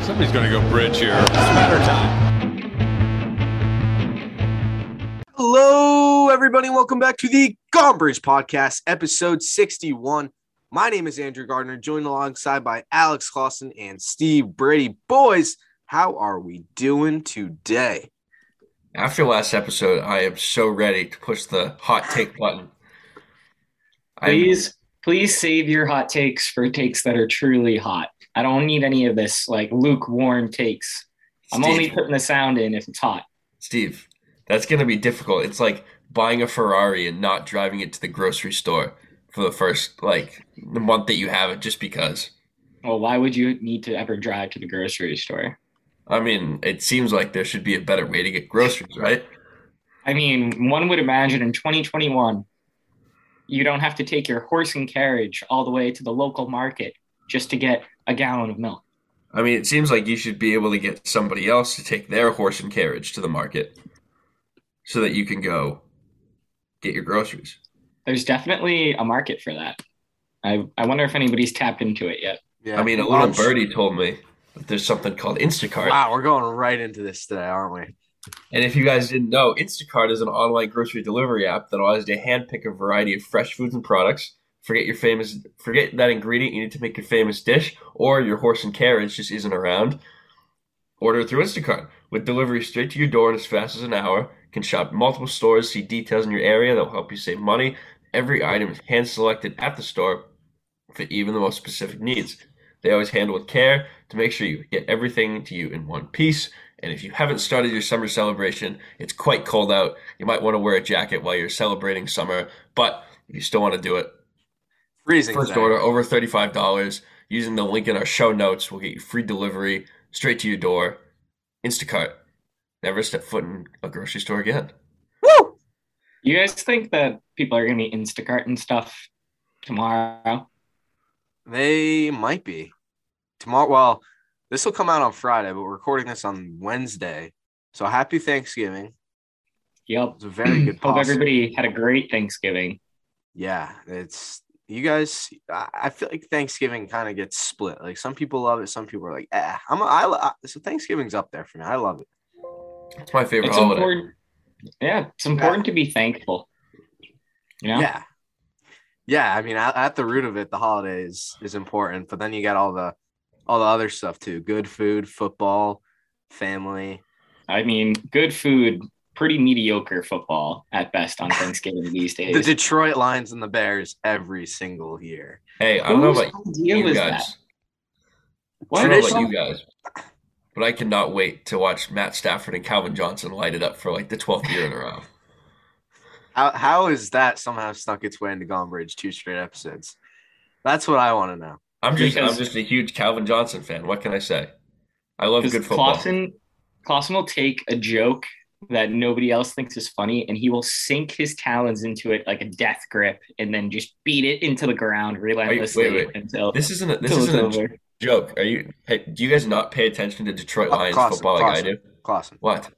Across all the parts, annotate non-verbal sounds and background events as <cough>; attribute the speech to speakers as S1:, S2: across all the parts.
S1: Somebody's going to go bridge here.
S2: Sweater time.
S3: Hello, everybody. Welcome back to the Gombridge Podcast, episode 61. My name is Andrew Gardner, joined alongside by Alex Clausen and Steve Brady. Boys, how are we doing today?
S4: After last episode, I am so ready to push the hot take button. I'm-
S5: <laughs> Please, please save your hot takes for takes that are truly hot. I don't need any of this like lukewarm takes. I'm
S4: Steve,
S5: only putting the sound in if it's hot.
S4: Steve. That's going to be difficult. It's like buying a Ferrari and not driving it to the grocery store for the first like the month that you have it, just because.
S5: Well, why would you need to ever drive to the grocery store?
S4: I mean, it seems like there should be a better way to get groceries, right?
S5: I mean, one would imagine in 2021, you don't have to take your horse and carriage all the way to the local market just to get a gallon of milk.
S4: I mean, it seems like you should be able to get somebody else to take their horse and carriage to the market so that you can go get your groceries.
S5: There's definitely a market for that. I, I wonder if anybody's tapped into it yet.
S3: Yeah,
S4: I mean, a little
S3: I'm-
S4: birdie told me that there's something called Instacart.
S3: Wow, we're going right into this today, aren't we?
S4: And if you guys didn't know, Instacart is an online grocery delivery app that allows you to handpick a variety of fresh foods and products. Forget your famous, forget that ingredient you need to make your famous dish, or your horse and carriage just isn't around. Order through Instacart with delivery straight to your door in as fast as an hour. Can shop multiple stores, see details in your area that will help you save money. Every item is hand selected at the store for even the most specific needs. They always handle with care to make sure you get everything to you in one piece. And if you haven't started your summer celebration, it's quite cold out. You might want to wear a jacket while you're celebrating summer, but if you still want to do it,
S3: Freezing.
S4: first
S3: today.
S4: order over $35 using the link in our show notes will get you free delivery straight to your door. Instacart. Never step foot in a grocery store again.
S3: Woo!
S5: You guys think that people are going to be Instacart and stuff tomorrow?
S3: They might be. Tomorrow, well, this will come out on Friday, but we're recording this on Wednesday. So happy Thanksgiving.
S5: Yep.
S3: It's a
S5: <clears throat>
S3: very good
S5: Hope
S3: pasta.
S5: everybody had a great Thanksgiving.
S3: Yeah, it's you guys. I I feel like Thanksgiving kind of gets split. Like some people love it, some people are like, "Eh." I'm I, I so Thanksgiving's up there for me. I love it.
S4: It's my favorite
S5: It's
S4: holiday.
S5: important. Yeah, it's important to be thankful. You know,
S3: Yeah, yeah. I mean, at, at the root of it, the holidays is important, but then you got all the all the other stuff too: good food, football, family.
S5: I mean, good food, pretty mediocre football at best on
S4: <laughs>
S5: Thanksgiving these
S3: The
S5: days.
S3: Detroit Lions and the Bears every single year.
S4: Hey, I don't know
S5: Whose
S4: about
S5: idea
S4: you
S5: was
S4: guys.
S5: that?
S4: I don't know
S3: Tradition-
S4: about you guys, but I cannot wait to watch Matt Stafford and Calvin Johnson light it up for like the 12th year in a row.
S3: How how is that somehow snuck its way into Gone Bridge two straight episodes? That's what I want to know.
S4: I'm just
S5: Because-
S4: I'm just a huge Calvin Johnson fan. What can I say? I love good
S5: Because
S4: football.
S5: Clausen, Clausen will take a joke that nobody else thinks is funny, and he will sink his talons into it like a death grip, and then just beat it into the ground relentlessly
S4: wait.
S5: until
S4: This isn't a, this
S5: until it's
S4: isn't a
S5: over.
S4: joke. Are you? Hey, do you guys not pay attention to Detroit
S3: Oh,
S4: Lions
S3: Clausen,
S4: football like I
S3: Clausen.
S4: do?
S3: Clausen,
S4: What?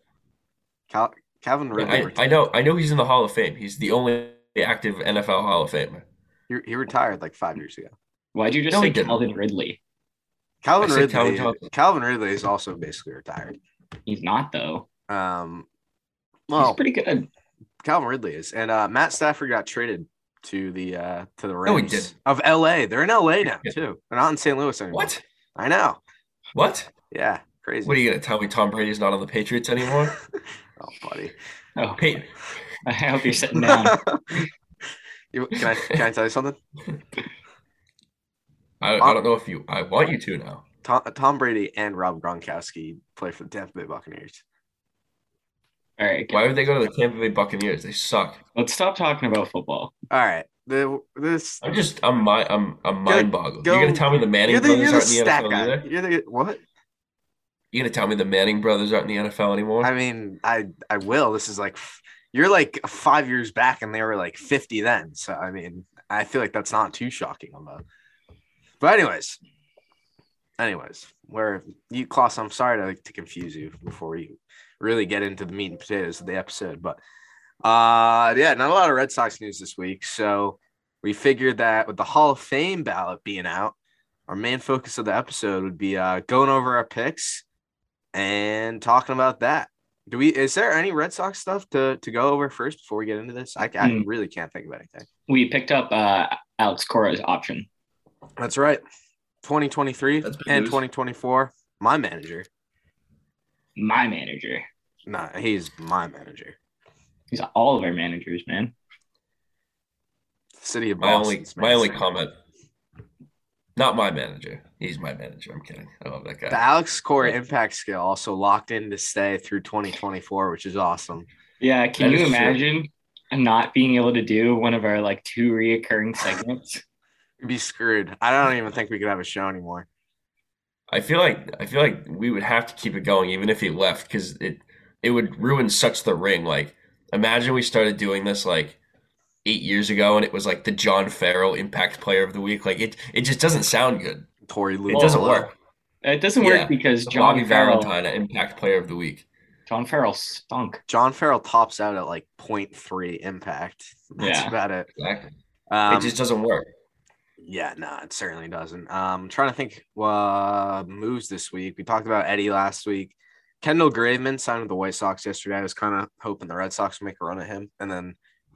S3: Cal- Calvin Ridley.
S4: I, I
S3: retired.
S4: know I know he's in the Hall of Fame. He's the only active NFL Hall of Famer.
S3: He, he retired like five years ago.
S5: Why'd you just
S4: No, he
S5: say
S4: didn't.
S5: Calvin Ridley?
S3: Calvin
S4: I said
S3: Ridley.
S4: Calvin
S3: Calvin,
S4: Johnson.
S3: Ridley is also basically retired.
S5: He's not though.
S3: Um,
S5: He's
S4: Oh.
S3: well,
S5: pretty good.
S3: Calvin Ridley is, and uh, Matt Stafford got traded to the uh, to the Rams
S4: No, Oh, he didn't.
S3: of L.A. They're in L.A. now
S4: Yeah.
S3: too. They're not in St. Louis anymore.
S4: What?
S3: I know.
S4: What?
S3: Yeah, crazy.
S4: What are you gonna tell me? Tom Brady's not on the
S3: <laughs>
S4: Patriots anymore?
S3: oh, buddy.
S5: Oh, <laughs>
S4: Hey,
S5: I hope you're
S4: <laughs>
S5: sitting down.
S3: <laughs> You- can I can I tell you something?
S4: I, I don't know if you. I want you to now.
S3: Tom, Tom Brady and Rob Gronkowski play for the Tampa Bay Buccaneers.
S5: All right,
S4: Why would they go to the Tampa Bay Buccaneers? They suck.
S5: let's stop talking about football.
S3: All right, the, this
S4: I'm just. I'm my. I'm. I'm mind boggled.
S3: go-
S4: You're gonna tell me the Manning
S3: you're the,
S4: brothers
S3: you're the
S4: aren't
S3: stat
S4: in the NFL
S3: guy.
S4: either?
S3: You're the what?
S4: You gonna tell me the Manning brothers aren't in the NFL anymore?
S3: I mean, I I will. This is like f- you're like five years back, and they were like fifty then. So I mean, I feel like that's not too shocking of a. But anyways, anyways, where you, Klaus, I'm sorry to like, to confuse you before we really get into the meat and potatoes of the episode, but uh, yeah, not a lot of Red Sox news this week. So we figured that with the Hall of Fame ballot being out, our main focus of the episode would be uh, going over our picks and talking about that. Do we? Is there any Red Sox stuff to to go over first before we get into this? I, I
S5: Hmm.
S3: really can't think of anything.
S5: We picked up uh, Alex Cora's option.
S3: That's right. 2023
S4: That's big
S3: and
S4: news.
S3: 2024. My manager.
S5: My manager.
S3: Nah, he's my manager.
S5: He's all of our managers, man.
S3: City of
S4: My
S3: Boston.
S4: only my only comment. Not my manager. He's my manager. I'm kidding. I love that guy.
S3: The Alex Cora impact scale also locked in to stay through 2024, which is awesome.
S5: Yeah, can
S4: That
S5: you
S4: is true.
S5: imagine not being able to do one of our like two reoccurring segments?
S3: We'd be screwed. I don't even think we could have a show anymore.
S4: I feel like I feel like we would have to keep it going even if he left because it it would ruin such the ring. Like imagine we started doing this like eight years ago and it was like the John Farrell Impact Player of the Week. Like it it just doesn't sound good.
S3: Tori Lou.
S4: It doesn't work.
S5: it doesn't work
S4: Yeah,
S5: because
S4: It's
S5: John
S4: Bobby
S5: Farrell.
S4: Valentine at Impact Player of the Week.
S5: John Farrell stunk.
S3: John Farrell tops out at like 0.3 impact. That's
S5: Yeah.
S3: about it.
S4: Exactly.
S3: Um,
S4: it just doesn't work.
S3: yeah, no, it certainly doesn't. Um, I'm trying to think uh, moves this week. We talked about Eddie last week. Kendall Graveman signed with the White Sox yesterday. I was kind of hoping the Red Sox would make a run at him. And then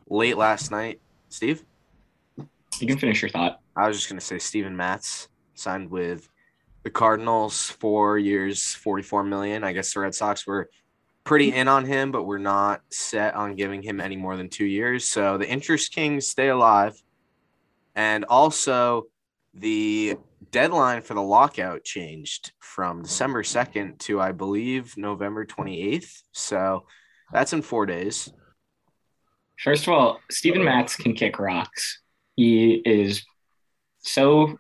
S3: late last night, Steve,
S5: You can finish your thought.
S3: I was just going to say Steven Matz signed with the Cardinals four years, 44 million. I guess the Red Sox were pretty in on him, but we're not set on giving him any more than two years. So the interest kings stay alive. And also, the deadline for the lockout changed from December 2nd to, I believe, November 28th. So that's in four days.
S5: First of all, Stephen Matz can kick rocks. He is so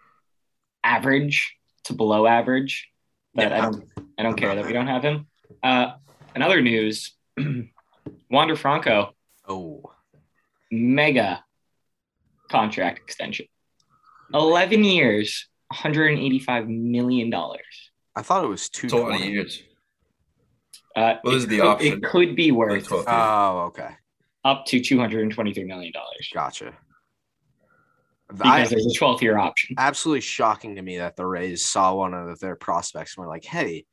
S5: average to below average that I
S3: Yeah.
S5: don't I don't care that we don't have him. Uh, in other news, <clears throat> Wander Franco
S3: Oh,
S5: mega contract extension, eleven years, one hundred and eighty-five million dollars.
S3: I thought it was two.
S4: It's a lot of years.
S5: Uh,
S4: Well,
S5: it
S4: this is the
S5: could-
S4: option.
S5: It could be
S4: Like
S5: worth
S4: 12 years.
S3: Oh, okay.
S5: up to two hundred and twenty-three million dollars
S3: Gotcha. I,
S5: because there's a twelve-year option.
S3: absolutely shocking to me that the Rays saw one of their prospects and were like, "Hey,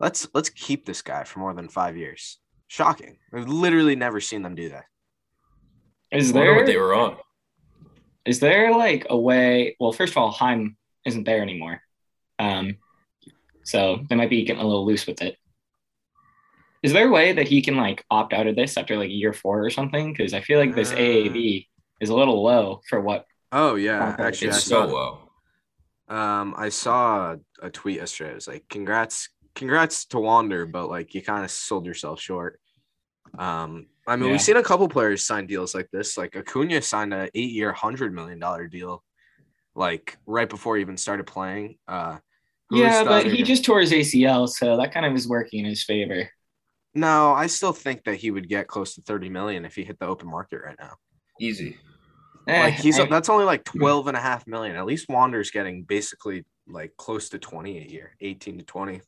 S3: let's let's keep this guy for more than five years." Shocking. I've literally never seen them do that.
S5: Is
S4: I wonder
S5: there?
S4: what they were on.
S5: Is there like a way? Well, first of all, Heim isn't there anymore, um, so they might be getting a little loose with it. Is there a way that he can like opt out of this after like year four or something? Because I feel like this
S3: Uh.
S5: AAV is a little low for what.
S3: Oh yeah,
S5: Okay.
S3: actually, I
S4: It's
S3: saw,
S4: so low.
S3: um, I saw a tweet yesterday. It was like, "Congrats, congrats to Wander," but like you kind of sold yourself short. Um, I mean,
S5: Yeah.
S3: we've seen a couple players sign deals like this. Like Acuna signed a eight-year, hundred million dollar deal, like right before he even started playing. Uh, who was
S5: yeah,
S3: the
S5: but
S3: other
S5: he
S3: guy?
S5: just tore his ACL, so that kind of is working in his favor.
S3: No, I still think that he would get close to 30 million if he hit the open market right now.
S4: Easy.
S5: Eh,
S3: like he's
S5: I- Hmm.
S3: that's only like 12 and a half million. At least Wander's getting basically like close to 20 a year, 18 to 20.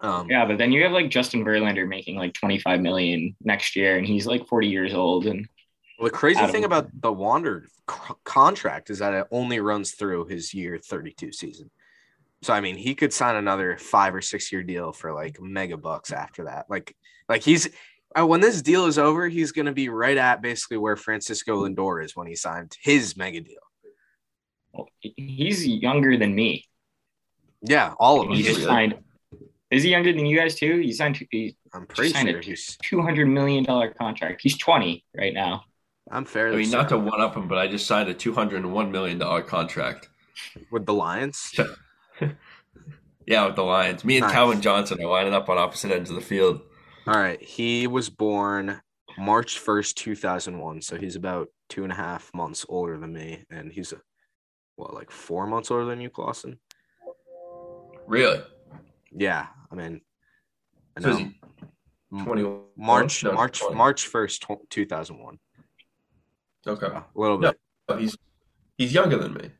S3: Um
S5: yeah, but then you have like Justin Verlander making like twenty five million next year, and he's like forty years old, and
S3: well, the crazy
S5: Adam.
S3: thing about the Wander c- contract is that it only runs through his year 32 season. So I mean, he could sign another 5 or 6 year deal for like mega bucks after that. Like like he's uh, when this deal is over, he's going to be right at basically where Francisco Lindor is when he signed his mega deal.
S5: well, he's younger than me.
S3: Yeah, all of
S5: He
S3: us.
S5: just
S4: Really?
S5: signed. Is he younger than you guys too? He signed a
S3: I'm pretty
S5: signed
S3: sure
S5: it.
S3: he's.
S5: two hundred million dollar contract. He's twenty right now.
S3: I'm
S4: I
S3: fairly.
S4: mean, not to
S3: certain.
S4: one up him, but I just signed a two hundred and one million dollar contract.
S3: with the Lions.
S4: Yeah, with the Lions. Me and
S3: Nice.
S4: Calvin Johnson are lining up on opposite ends of the field.
S3: All right, he was born March first, two thousand one. So he's about two and a half months older than me, and he's what, like four months older than you, Clausen?
S4: Really?
S3: Yeah, I mean, I
S4: So is
S3: know.
S4: he 21?
S3: March,
S4: No,
S3: March,
S4: 20.
S3: March first, two thousand one.
S4: Okay.
S3: A little
S4: No.
S3: bit.
S4: But he's he's younger than me.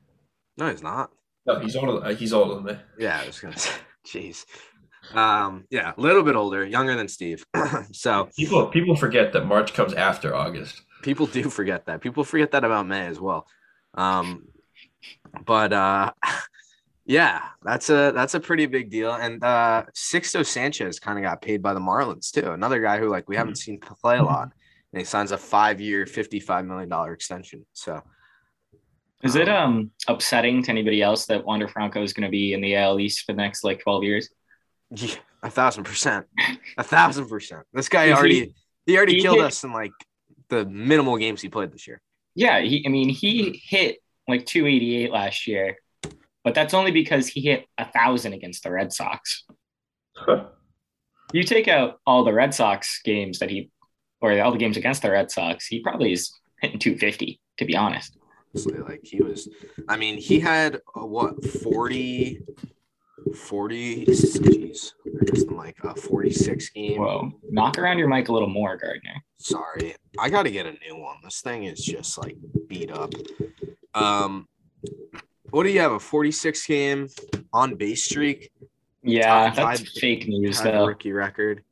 S3: No, he's not.
S4: No, he's older. uh, He's older than me.
S3: Yeah, I was gonna say. <laughs> Jeez. Um, yeah, a little bit older, younger than Steve. <clears throat> so
S4: People people forget that March comes after August.
S3: people do <laughs> forget that. People forget that about May as well. Um, but uh, <laughs> Yeah, that's a that's a pretty big deal. And uh Sixto Sanchez kind of got paid by the Marlins too. Another guy who like we haven't seen
S5: Mm-hmm.
S3: play a lot. And he signs a five year, fifty five million dollar extension. So <laughs>
S5: Is it um upsetting to anybody else that Wander Franco is going to be in the AL East for the next like 12 years?
S3: yeah, a thousand percent. A thousand percent. This guy
S5: Is he-
S3: already he already
S5: he
S3: killed
S5: hit-
S3: us in like the minimal games he played this year.
S5: Yeah, he I mean, he hit like 288 last year. But that's only because he hit a 1000 against the Red Sox. You take out all the Red Sox games that he or all the games against the Red Sox, he probably is hitting 250 to be honest.
S3: Honestly, like he was I mean, he had uh, what 40 40 jeez, there's like a 46 game.
S5: Whoa. Knock around your mic a little more, Gardner.
S3: Sorry, I got to get a new one. This thing is just like beat up. Um, what do you have? A 46 game on base streak,
S5: Yeah,
S3: Top
S5: that's
S3: five
S5: fake news
S3: tied a
S5: though.
S3: rookie record.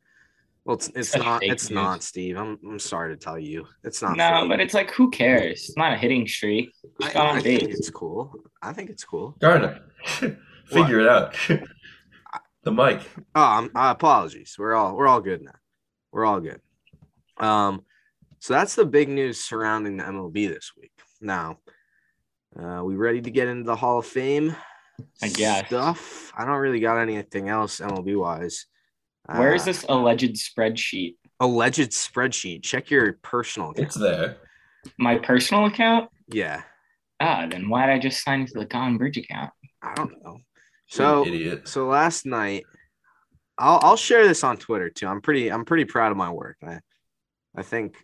S3: Well, it's, it's
S5: Such
S3: not.
S5: fake
S3: It's
S5: news.
S3: not, Steve. I'm, I'm sorry to tell you, it's not.
S5: No,
S3: fake.
S5: but it's like who cares? It's not a hitting streak. it's
S3: I,
S5: on
S3: I think
S5: base.
S3: it's cool. I think it's cool.
S4: Garner, figure it out. the mic.
S3: Oh, I'm, uh, apologies. We're all we're all good now. We're all good. Um, so that's the big news surrounding the MLB this week. Now, uh, we ready to get into the Hall of Fame?
S5: I guess.
S3: stuff. I don't really got anything else MLB wise. Ah.
S5: Where is this alleged spreadsheet?
S3: Uh, alleged spreadsheet? Check your personal account.
S4: It's there.
S5: My personal account?
S3: Yeah,
S5: Ah, then why'd I just sign into the Gone Bridge account?
S3: I don't know.
S4: So
S3: So
S4: idiot.
S3: so last night I'll I'll share this on Twitter too. I'm pretty I'm pretty proud of my work. I I think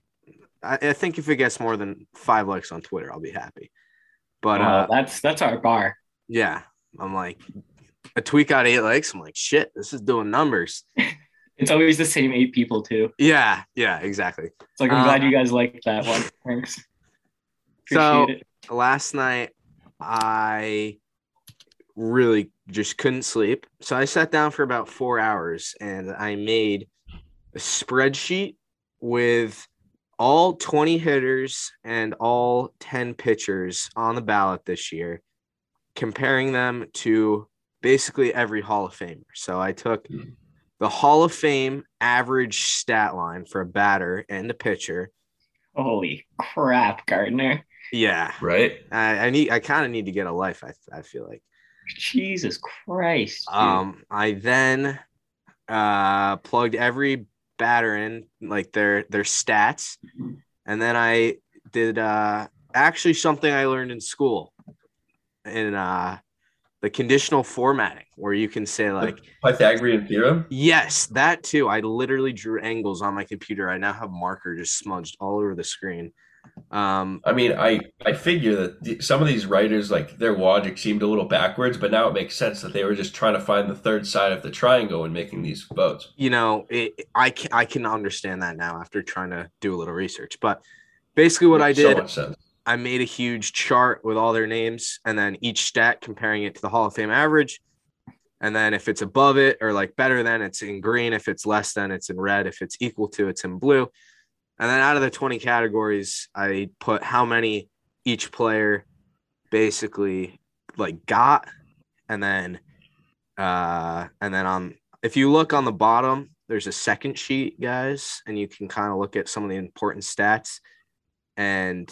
S3: I, I think if it gets more than five likes on Twitter, I'll be happy. But
S5: Wow,
S3: uh
S5: that's that's our bar.
S3: yeah, I'm like a tweet got eight likes. I'm like shit, this is doing numbers.
S5: It's always the same eight people too.
S3: Yeah, yeah, exactly.
S5: It's like I'm
S3: Um,
S5: glad you guys liked that one. Thanks.
S3: So-
S5: Appreciate it.
S3: last night I really just couldn't sleep. So I sat down for about four hours and I made a spreadsheet with all 20 hitters and all 10 pitchers on the ballot this year, comparing them to basically every Hall of Famer. So I took the Hall of Fame average stat line for a batter and a pitcher.
S5: Holy crap, Gardner.
S3: Yeah.
S4: Right?
S3: I, I need I kind of need to get a life, I, I feel like.
S5: Jesus Christ. dude.
S3: Um, I then uh, plugged every batter in like their their stats, and then I did uh, actually something I learned in school in uh, the conditional formatting, where you can say like,
S4: Pythagorean theorem.
S3: yes, that too. I literally drew angles on my computer. I now have marker just smudged all over the screen. Um,
S4: I mean, I I figure that the, some of these writers, like their logic seemed a little backwards, but now it makes sense that they were just trying to find the third side of the triangle and making these votes.
S3: you know, it, I can I can understand that now after trying to do a little research, but. Basically, what I
S4: Makes
S3: did
S4: So much sense.
S3: I made a huge chart with all their names and then each stat comparing it to the Hall of Fame average. And then if it's above it or like better than, it's in green. If it's less than, it's in red. If it's equal to, it's in blue. And then out of the 20 categories, I put how many each player basically like got. And then, uh, and then on, if you look on the bottom, there's a second sheet, guys, and you can kind of look at some of the important stats. And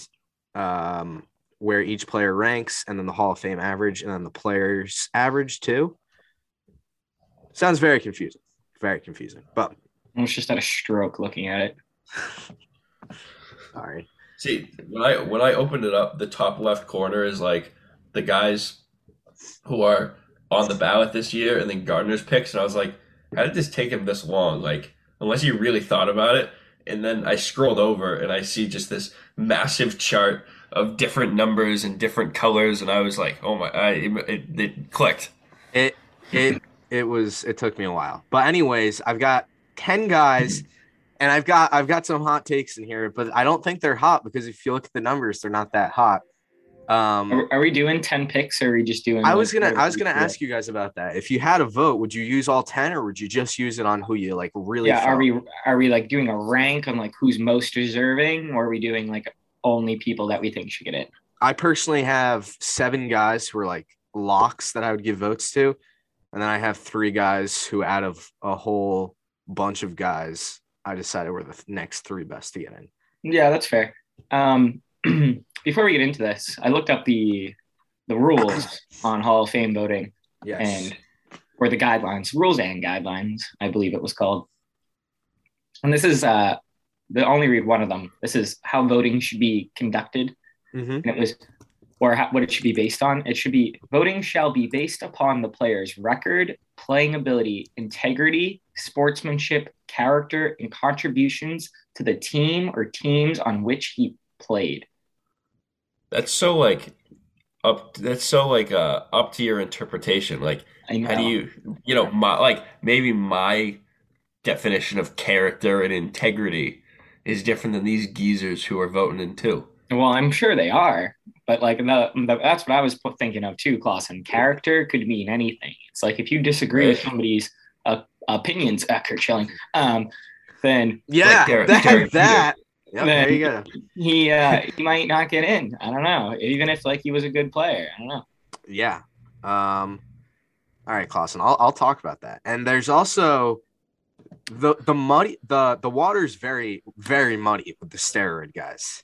S3: um, where each player ranks, and then the Hall of Fame average, and then the players' average too. Sounds very confusing, very confusing. But
S5: I was just at a stroke looking at it.
S3: sorry,
S4: See, when I when I opened it up, the top left corner is like the guys who are on the ballot this year, and then Gardner's picks. And I was like, how did this take him this long? Like, unless you really thought about it. And then I scrolled over, and I see just this massive chart of different numbers and different colors, and I was like, oh my! I it, it clicked.
S3: it it it was it took me a while. But anyways, I've got ten guys, and I've got I've got some hot takes in here, but I don't think they're hot because if you look at the numbers, they're not that hot. Um,
S5: Are, are we doing 10 picks or are we just doing
S3: I
S5: like,
S3: was gonna I was gonna
S5: whatever we
S3: ask you guys about that. If you had a vote, would you use all ten, or would you just use it on who you like really?
S5: yeah are
S3: felt?
S5: we are we like doing a rank on like who's most deserving or are we doing like only people that we think should get in
S3: I personally have seven guys who are like locks that I would give votes to, and then I have three guys who, out of a whole bunch of guys, I decided were the th- next three best to get in.
S5: Yeah, that's fair. Um, <clears throat> before we get into this, I looked up the
S3: <coughs>
S5: the rules on Hall of Fame voting
S3: Yes.
S5: and or the guidelines, rules and guidelines, I believe it was called. And this is uh, the only read one of them. This is how voting should be conducted,
S3: Mhm.
S5: and it was or how, what it should be based on. It should be voting shall be based upon the player's record, playing ability, integrity, sportsmanship, character, and contributions to the team or teams on which he played.
S4: That's so like up. That's so like uh, up to your interpretation. Like
S5: I know.
S4: how do you you know my like maybe my definition of character and integrity is different than these geezers who are voting in two.
S5: Well, I'm sure they are, but like the, the, that's what I was pu- thinking of too, Clausen. Character could mean anything. It's like if you disagree with
S4: Right.
S5: somebody's uh, opinions, <laughs> uh, Kurt Schilling, um, then
S3: yeah,
S4: like Derek-
S3: that,
S4: Derek
S3: that. Yep, there you go.
S5: he uh, he might not get in. I don't know. Even if like he was a good player, I don't know.
S3: Yeah. Um, all right, Clausen. I'll I'll talk about that. And there's also the the muddy the the water's very very muddy with the steroid guys.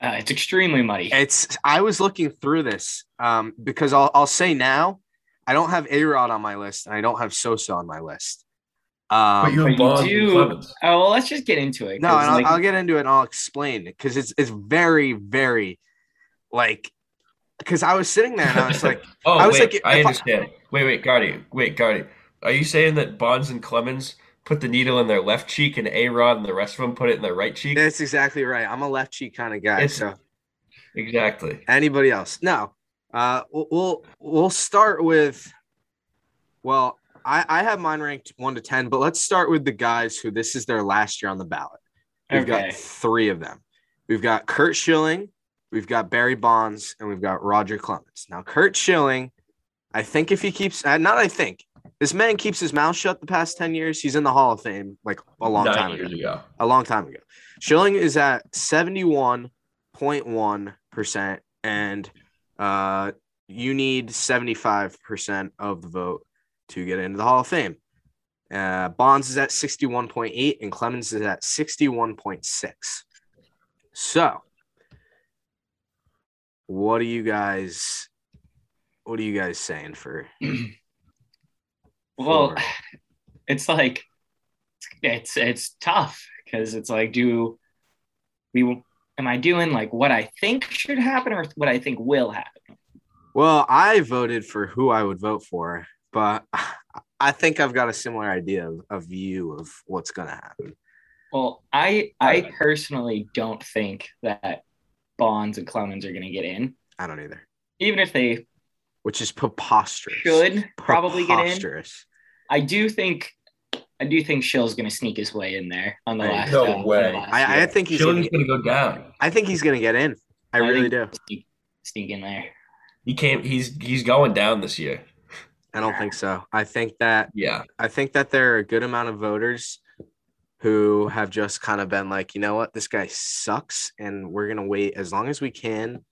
S5: Uh, it's extremely muddy.
S3: It's I was looking through this um, because I'll I'll say now I don't have A Rod on my list and I don't have Sosa on my list. Um,
S5: have but you Bond and do-
S4: Clemens.
S5: oh well, let's just get into it.
S3: no,
S5: 'cause,
S3: and I'll,
S5: like,
S3: I'll get into it and I'll explain because it's it's very very like because I was sitting there and I was
S5: <laughs>
S3: like
S4: Oh,
S3: I was
S4: wait,
S3: like,
S4: I
S3: if I-
S4: understand. Wait, wait, Guardy, wait, Guardy. Are you saying that Bonds and Clemens put the needle in their left cheek and A-Rod and the rest of them put it in their right cheek?
S3: that's exactly right. I'm a left cheek kind of guy.
S4: It's-
S3: so
S4: Exactly.
S3: anybody else? No. Uh, we'll- we'll we'll start with. Well, I I have mine ranked one to ten, but let's start with the guys who this is their last year on the ballot. We've
S5: okay.
S3: got three of them. We've got Kurt Schilling, we've got Barry Bonds, and we've got Roger Clemens. Now, Kurt Schilling, I think if he keeps, uh, not I think, this man keeps his mouth shut the past 10 years. He's in the Hall of Fame like a long
S4: Nine
S3: time ago.
S4: years ago.
S3: A long time ago. Schilling is at 71.1%, and uh, you need 75% of the vote to get into the Hall of Fame. Uh, Bonds is at 61.8 and Clemens is at 61.6. So, what are you guys what are you guys saying for
S5: Well,
S3: for-
S5: <laughs> it's like it's it's tough because it's like do we am I doing like what I think should happen or what I think will happen?
S3: Well, I voted for who I would vote for, but <laughs> I think I've got a similar idea of a view of what's going to happen.
S5: Well, I I personally don't think that Bonds and Clemens are going to get in,
S3: I don't either,
S5: even if they
S3: which is preposterous.
S5: should probably get in.
S3: Preposterous.
S5: I do think I do think Shill's going to sneak his way in there on the
S3: Hey,
S5: last.
S4: no
S5: uh, on the
S4: way.
S5: last
S3: I, I
S5: year.
S3: think he's. Gonna
S4: Schilling's
S3: get,
S4: gonna go down.
S3: I think he's going to get in. I really
S5: think
S3: do.
S5: he'll Sneak, sneak in there.
S4: He can't. He's he's going down this year.
S3: I don't think so. I think that
S4: Yeah.
S3: I think that there are a good amount of voters who have just kind of been like, you know what, this guy sucks, and we're gonna wait as long as we can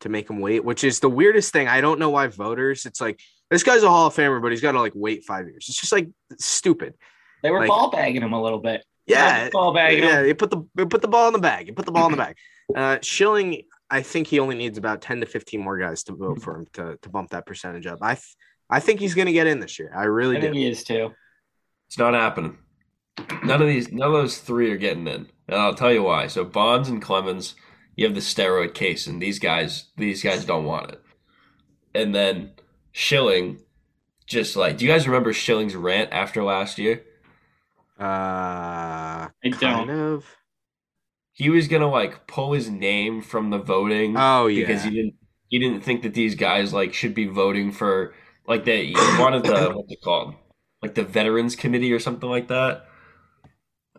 S3: to make him wait, which is the weirdest thing. I don't know why voters. It's like this guy's a Hall of Famer, but he's got to like wait five years. It's just like stupid.
S5: They were
S3: Like-
S5: ball bagging him a little bit.
S3: Yeah,
S5: ball bagging him.
S3: yeah. You put the you put the ball in the bag. You put the ball in the bag. <clears throat> Uh, Schilling, I think he only needs about ten to fifteen more guys to vote for him to to bump that percentage up. I th- I think he's gonna get in this year. I really
S5: I
S3: do.
S5: think he is too.
S4: It's not happening. None of these, none of those three are getting in, and I'll tell you why. So Bonds and Clemens, you have the steroid case, and these guys, these guys don't want it. And then Schilling, just like, do you guys remember Schilling's rant after last year?
S3: Uh,
S5: I
S3: kind
S5: don't.
S3: of.
S4: He was gonna like pull his name from the voting
S3: Oh yeah.
S4: because he didn't, he didn't think that these guys like should be voting for like they he wanted the what's it called, like the Veterans Committee or something like that.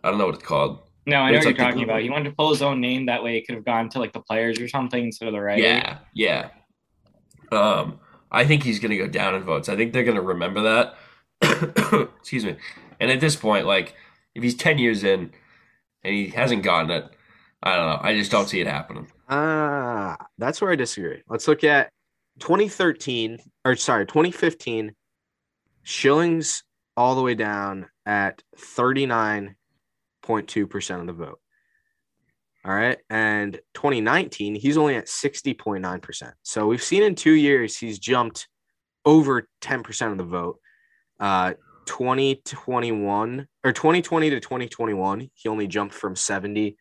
S4: I don't know what it's called.
S5: No, I know
S4: It's
S5: what
S4: like
S5: you're
S4: the
S5: talking
S4: glue.
S5: about. He wanted to pull his own name. That way, it could have gone to like the players or something instead of the writers.
S4: Yeah, yeah. Um, I think he's gonna go down in votes. I think they're gonna remember that. <coughs> Excuse me. And at this point, like, if he's ten years in and he hasn't gotten it, I don't know. I just don't see it happening.
S3: Ah, that's where I disagree. Let's look at 2013 or sorry 2015 shillings all the way down at 39.2% of the vote all right and 2019 he's only at 60.9% so we've seen in two years he's jumped over 10% of the vote uh 2021 or 2020 to 2021 he only jumped from 70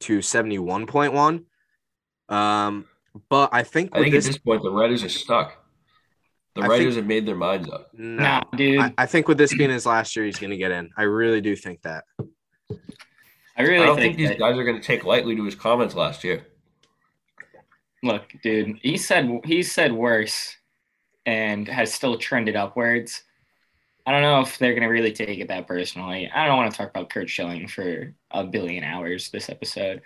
S3: to 71.1 um but i think
S4: I
S3: with
S4: think
S3: this
S4: at this point the writers are stuck. The
S3: I think-
S4: writers have made their minds up.
S3: no,
S5: Nah, dude.
S3: I, I think with this being his last year, he's going to get in. I really do think that.
S5: I really
S4: I don't
S5: think,
S4: think these
S5: that-
S4: guys are going to take lightly to his comments last year.
S5: look, dude, he said he said worse and has still trended upwards. I don't know if they're gonna really take it that personally. I don't want to talk about Kurt Schilling for a billion hours this episode.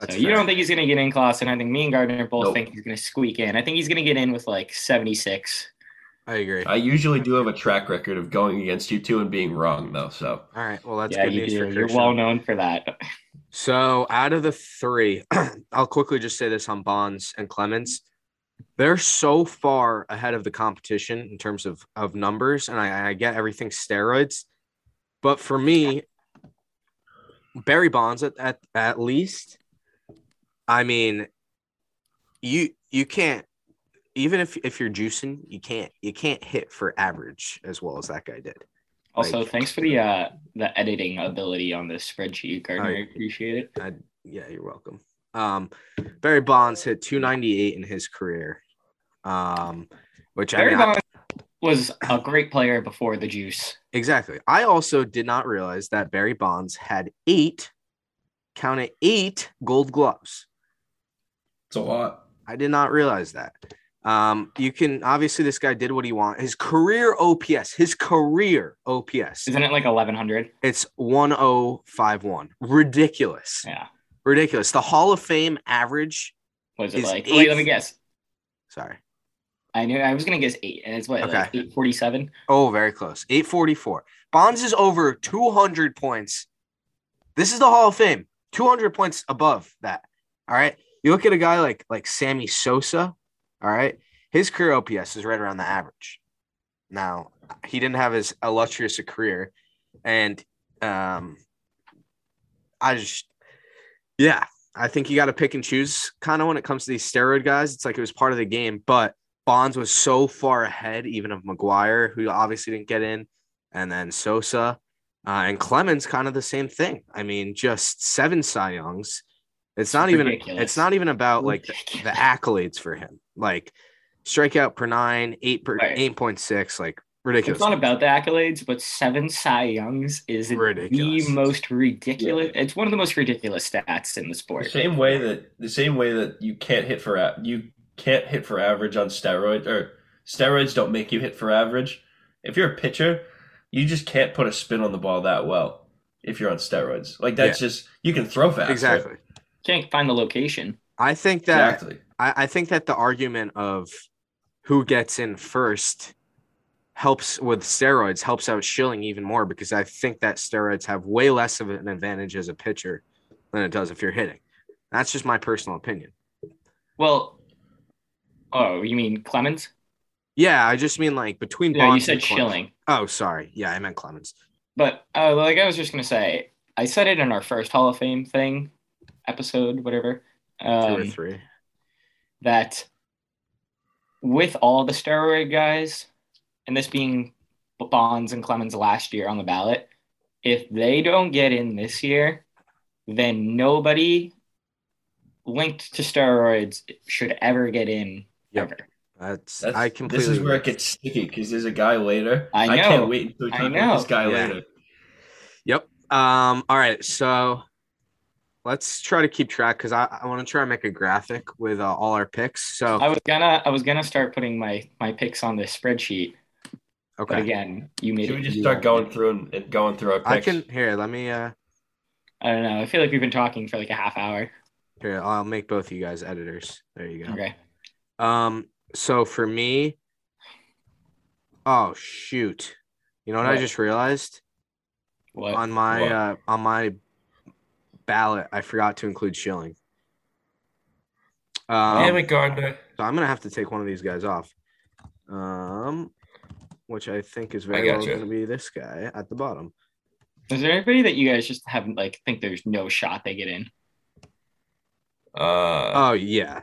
S5: So
S3: That's
S5: you
S3: fair.
S5: don't think he's gonna get in, Clausen? I think me and Gardner both
S4: Nope.
S5: think he's gonna squeak in. I think he's gonna get in with like seventy six.
S3: I agree.
S4: I usually do have a track record of going against you two and being wrong, though. So
S3: All right. Well, that's
S5: Yeah,
S3: good
S5: you
S3: news
S5: do.
S3: for
S5: You're
S3: Christian.
S5: well known for that.
S3: So out of the three, <clears throat> I'll quickly just say this on Bonds and Clemens. They're so far ahead of the competition in terms of, of numbers, and I, I get everything steroids. But for me, Barry Bonds at, at, at least, I mean, you you can't even if if you're juicing, you can't you can't hit for average as well as that guy did.
S5: Also,
S3: Like-
S5: thanks for the uh the editing ability on this spreadsheet, Gardner.
S3: Oh, yeah.
S5: appreciate it.
S3: yeah, you're welcome. Um, Barry Bonds hit 298 in his career, um, which I,
S5: Barry
S3: mean, I-
S5: Bonds was a great player before the juice.
S3: exactly. I also did not realize that Barry Bonds had eight, count it eight Gold Gloves.
S4: it's a lot.
S3: I did not realize that. Um, you can obviously this guy did what he wanted. His career OPS, his career OPS,
S5: Isn't it like eleven hundred?
S3: it's 1051. Ridiculous,
S5: Yeah.
S3: ridiculous. The Hall of Fame average.
S5: Was it
S3: Is
S5: like?
S3: eight-
S5: Wait, let me guess.
S3: Sorry.
S5: I knew I was gonna guess eight, and it's what like
S3: Okay.
S5: eight forty seven.
S3: Oh, very close. 844. Bonds is over 200 points. This is the Hall of Fame. 200 points above that. All right. You look at a guy like like Sammy Sosa, all right? His career OPS is right around the average. Now, he didn't have as illustrious a career and um I just yeah, I think you got to pick and choose kind of when it comes to these steroid guys. It's like it was part of the game, but Bonds was so far ahead, even of McGuire, who obviously didn't get in, and then Sosa uh, and Clemens, kind of the same thing. I mean, just seven Cy Youngs. It's not even.
S5: Ridiculous.
S3: It's not even about like
S5: <laughs>
S3: the, the accolades for him, like strikeout per nine, eight per
S5: Right.
S3: eight point six, like
S5: It's
S3: ridiculous.
S5: not about the accolades, but seven Cy Youngs is
S3: Ridiculous.
S5: the most ridiculous. It's one of the most ridiculous stats in the
S4: The
S5: sport.
S4: same way that the same way that you can't hit for a- you can't hit for average on steroids or steroids don't make you hit for average. If you're a pitcher, you just can't put a spin on the ball that well if you're on steroids. Like that's just you can throw fast.
S3: exactly.
S5: Can't find the location.
S3: I think that
S4: Exactly.
S3: I, I think that the argument of who gets in first helps with steroids helps out Schilling even more because I think that steroids have way less of an advantage as a pitcher than it does if you're hitting. That's just my personal opinion.
S5: Well, oh, you mean Clemens?
S3: Yeah, I just mean like between
S5: No, you
S3: Bonds
S5: said
S3: and Clemens-
S5: Schilling.
S3: Oh, sorry. Yeah, I meant Clemens.
S5: But uh, like I was just gonna say, I said it in our first Hall of Fame thing episode, whatever.
S3: Two
S5: Um,
S3: or three.
S5: that with all the steroid guys, and this being Bonds and Clemens last year on the ballot, if they don't get in this year, then nobody linked to steroids should ever get in
S3: Yep.
S5: ever.
S3: That's,
S4: That's,
S3: I completely.
S4: This is where it
S3: agree.
S4: gets sticky because there's a guy later.
S5: I know.
S4: can't wait until we
S5: I
S4: talk
S5: know.
S4: about this guy
S3: Yeah.
S4: later.
S3: Yep. Um, all right. So let's try to keep track because I, I want to try and make a graphic with uh, all our picks. So,
S5: I was gonna I was gonna start putting my my picks on this spreadsheet, but
S3: okay.
S5: again, you made
S4: Should we
S5: it
S4: just
S5: you
S4: start
S5: all.
S4: going through and, and going through our picks?
S3: I can, here, let me, uh,
S5: I don't know. I feel like we've been talking for like a half hour.
S3: here, I'll make both you guys editors. There you go.
S5: Okay.
S3: Um, so for me, oh, shoot. You know what I
S5: What?
S3: just realized?
S5: What?
S3: On my,
S4: What?
S3: uh, on my ballot, I forgot to include Schilling. Um,
S4: Damn it, Gardner.
S3: So I'm gonna have to take one of these guys off. Um, which I think is very well
S4: gotcha.
S3: gonna be this guy at the bottom.
S5: Is there anybody that you guys just haven't like think there's no shot they get in?
S4: Uh,
S3: Oh yeah,